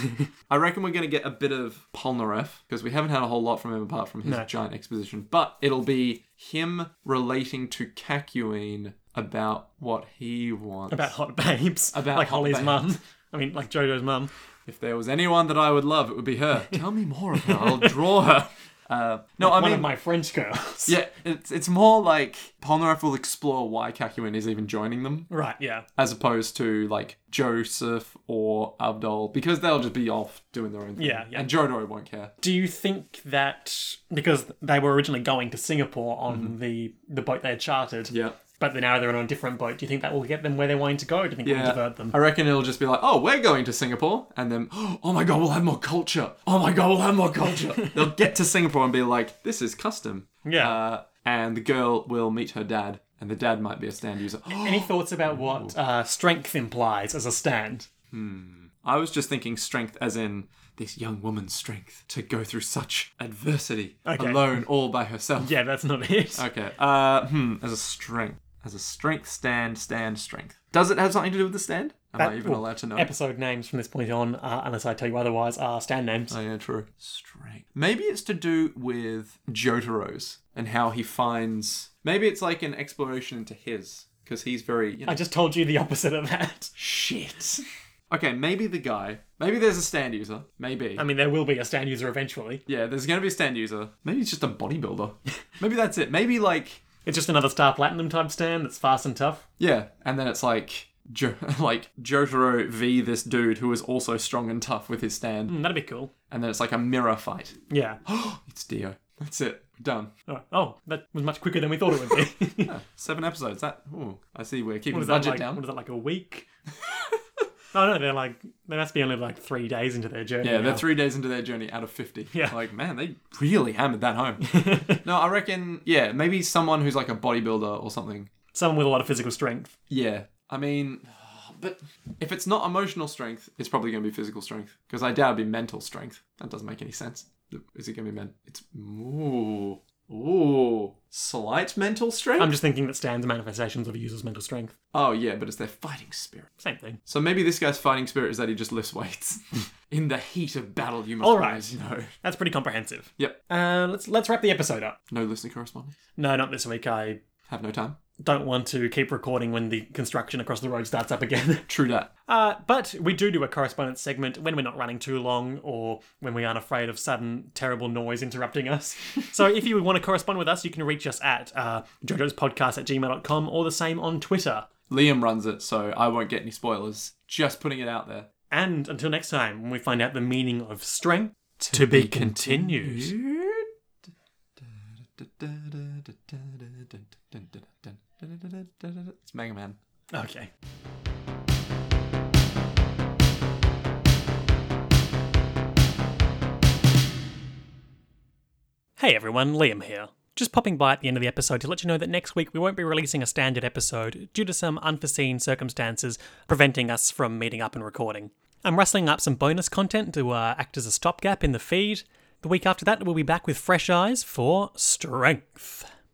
Speaker 2: I reckon we're going to get a bit of Polnareff because we haven't had a whole lot from him apart from his
Speaker 1: No.
Speaker 2: giant exposition, but it'll be him relating to Cacuine about what he wants.
Speaker 1: About hot babes.
Speaker 2: About
Speaker 1: like
Speaker 2: hot
Speaker 1: Holly's
Speaker 2: babes.
Speaker 1: mum. I mean, like JoJo's mum.
Speaker 2: if there was anyone that I would love, it would be her. Tell me more of her. I'll draw her. Uh, no, I
Speaker 1: One
Speaker 2: mean,
Speaker 1: of my French girls.
Speaker 2: yeah, it's, it's more like Polnareff will explore why Cacuine is even joining them.
Speaker 1: Right, yeah.
Speaker 2: as opposed to like Joseph or Abdul, because they'll just be off doing their own thing.
Speaker 1: Yeah, yeah.
Speaker 2: And Jodo won't care.
Speaker 1: Do you think that because they were originally going to Singapore on the the boat they had chartered,
Speaker 2: Mm-hmm. Yeah.
Speaker 1: but then now they're on a different boat, do you think that will get them where they're wanting to go? Do you think it will divert them?
Speaker 2: I reckon it'll just be like, oh, we're going to Singapore, and then, oh my god, we'll have more culture. Oh my god, we'll have more culture. They'll get to Singapore and be like, this is custom.
Speaker 1: Yeah.
Speaker 2: Uh, and the girl will meet her dad, and the dad might be a stand user.
Speaker 1: Any thoughts about what uh, strength implies as a stand?
Speaker 2: I was just thinking strength as in this young woman's strength to go through such adversity
Speaker 1: Okay.
Speaker 2: alone, all by herself.
Speaker 1: Yeah, that's not it.
Speaker 2: Okay. Uh, hmm. As a strength, as a strength, stand, stand, strength. Does it have something to do with the stand? Am I
Speaker 1: That-
Speaker 2: even
Speaker 1: well,
Speaker 2: allowed to know?
Speaker 1: Episode names from this point on, uh, unless I tell you otherwise, are stand names.
Speaker 2: oh, yeah, true. Strength. Maybe it's to do with Jotaro's and how he finds. Maybe it's like an exploration into his because he's very you know
Speaker 1: I just told you the opposite of that.
Speaker 2: shit. Okay, maybe the guy. Maybe there's a stand user. Maybe.
Speaker 1: I mean, there will be a stand user eventually.
Speaker 2: yeah, there's gonna be a stand user. Maybe it's just a bodybuilder. maybe that's it. Maybe like
Speaker 1: It's just another Star Platinum type stand that's fast and tough.
Speaker 2: Yeah, and then it's like jo- like Jotaro v this dude who is also strong and tough with his stand,
Speaker 1: Mm, that'd be cool.
Speaker 2: and then it's like a mirror fight.
Speaker 1: Yeah.
Speaker 2: It's Dio. That's it. We're done.
Speaker 1: Alright. Oh, that was much quicker than we thought it would be.
Speaker 2: Yeah, seven episodes. That ooh, I see. We're keeping
Speaker 1: what
Speaker 2: the
Speaker 1: is that
Speaker 2: budget
Speaker 1: like?
Speaker 2: down.
Speaker 1: What is that like a week? Oh, no, no, they're like they must be only like three days into their journey.
Speaker 2: yeah, they're
Speaker 1: now.
Speaker 2: three days into their journey out of fifty.
Speaker 1: Yeah.
Speaker 2: like man, they really hammered that home. no, I reckon. Yeah, maybe someone who's like a bodybuilder or something.
Speaker 1: Someone with a lot of physical strength.
Speaker 2: Yeah, I mean. But if it's not emotional strength, it's probably going to be physical strength because I doubt it'd be mental strength. That doesn't make any sense. Is it going to be men? It's ooh ooh slight mental strength.
Speaker 1: I'm just thinking that stands are manifestations of a user's mental strength.
Speaker 2: oh yeah, but it's their fighting spirit.
Speaker 1: Same thing.
Speaker 2: So maybe this guy's fighting spirit is that he just lifts weights in the heat of battle. You must
Speaker 1: All right.
Speaker 2: rise, you know.
Speaker 1: That's pretty comprehensive.
Speaker 2: Yep.
Speaker 1: Uh, let's let's wrap the episode up.
Speaker 2: No listener correspondence.
Speaker 1: No, not this week. I
Speaker 2: Have no time.
Speaker 1: don't want to keep recording when the construction across the road starts up again.
Speaker 2: True that.
Speaker 1: Uh, but we do do a correspondence segment when we're not running too long or when we aren't afraid of sudden terrible noise interrupting us. so if you want to correspond with us, you can reach us at uh, jojo's podcast at gmail.com or the same on Twitter.
Speaker 2: Liam runs it, so I won't get any spoilers. Just putting it out there.
Speaker 1: And until next time, when we find out the meaning of strength, to be continued.
Speaker 2: It's Mega Man.
Speaker 1: Okay. Hey everyone, Liam here. Just popping by at the end of the episode to let you know that next week we won't be releasing a standard episode due to some unforeseen circumstances preventing us from meeting up and recording. I'm wrestling up some bonus content to uh, act as a stopgap in the feed. The week after that, we'll be back with fresh eyes for strength.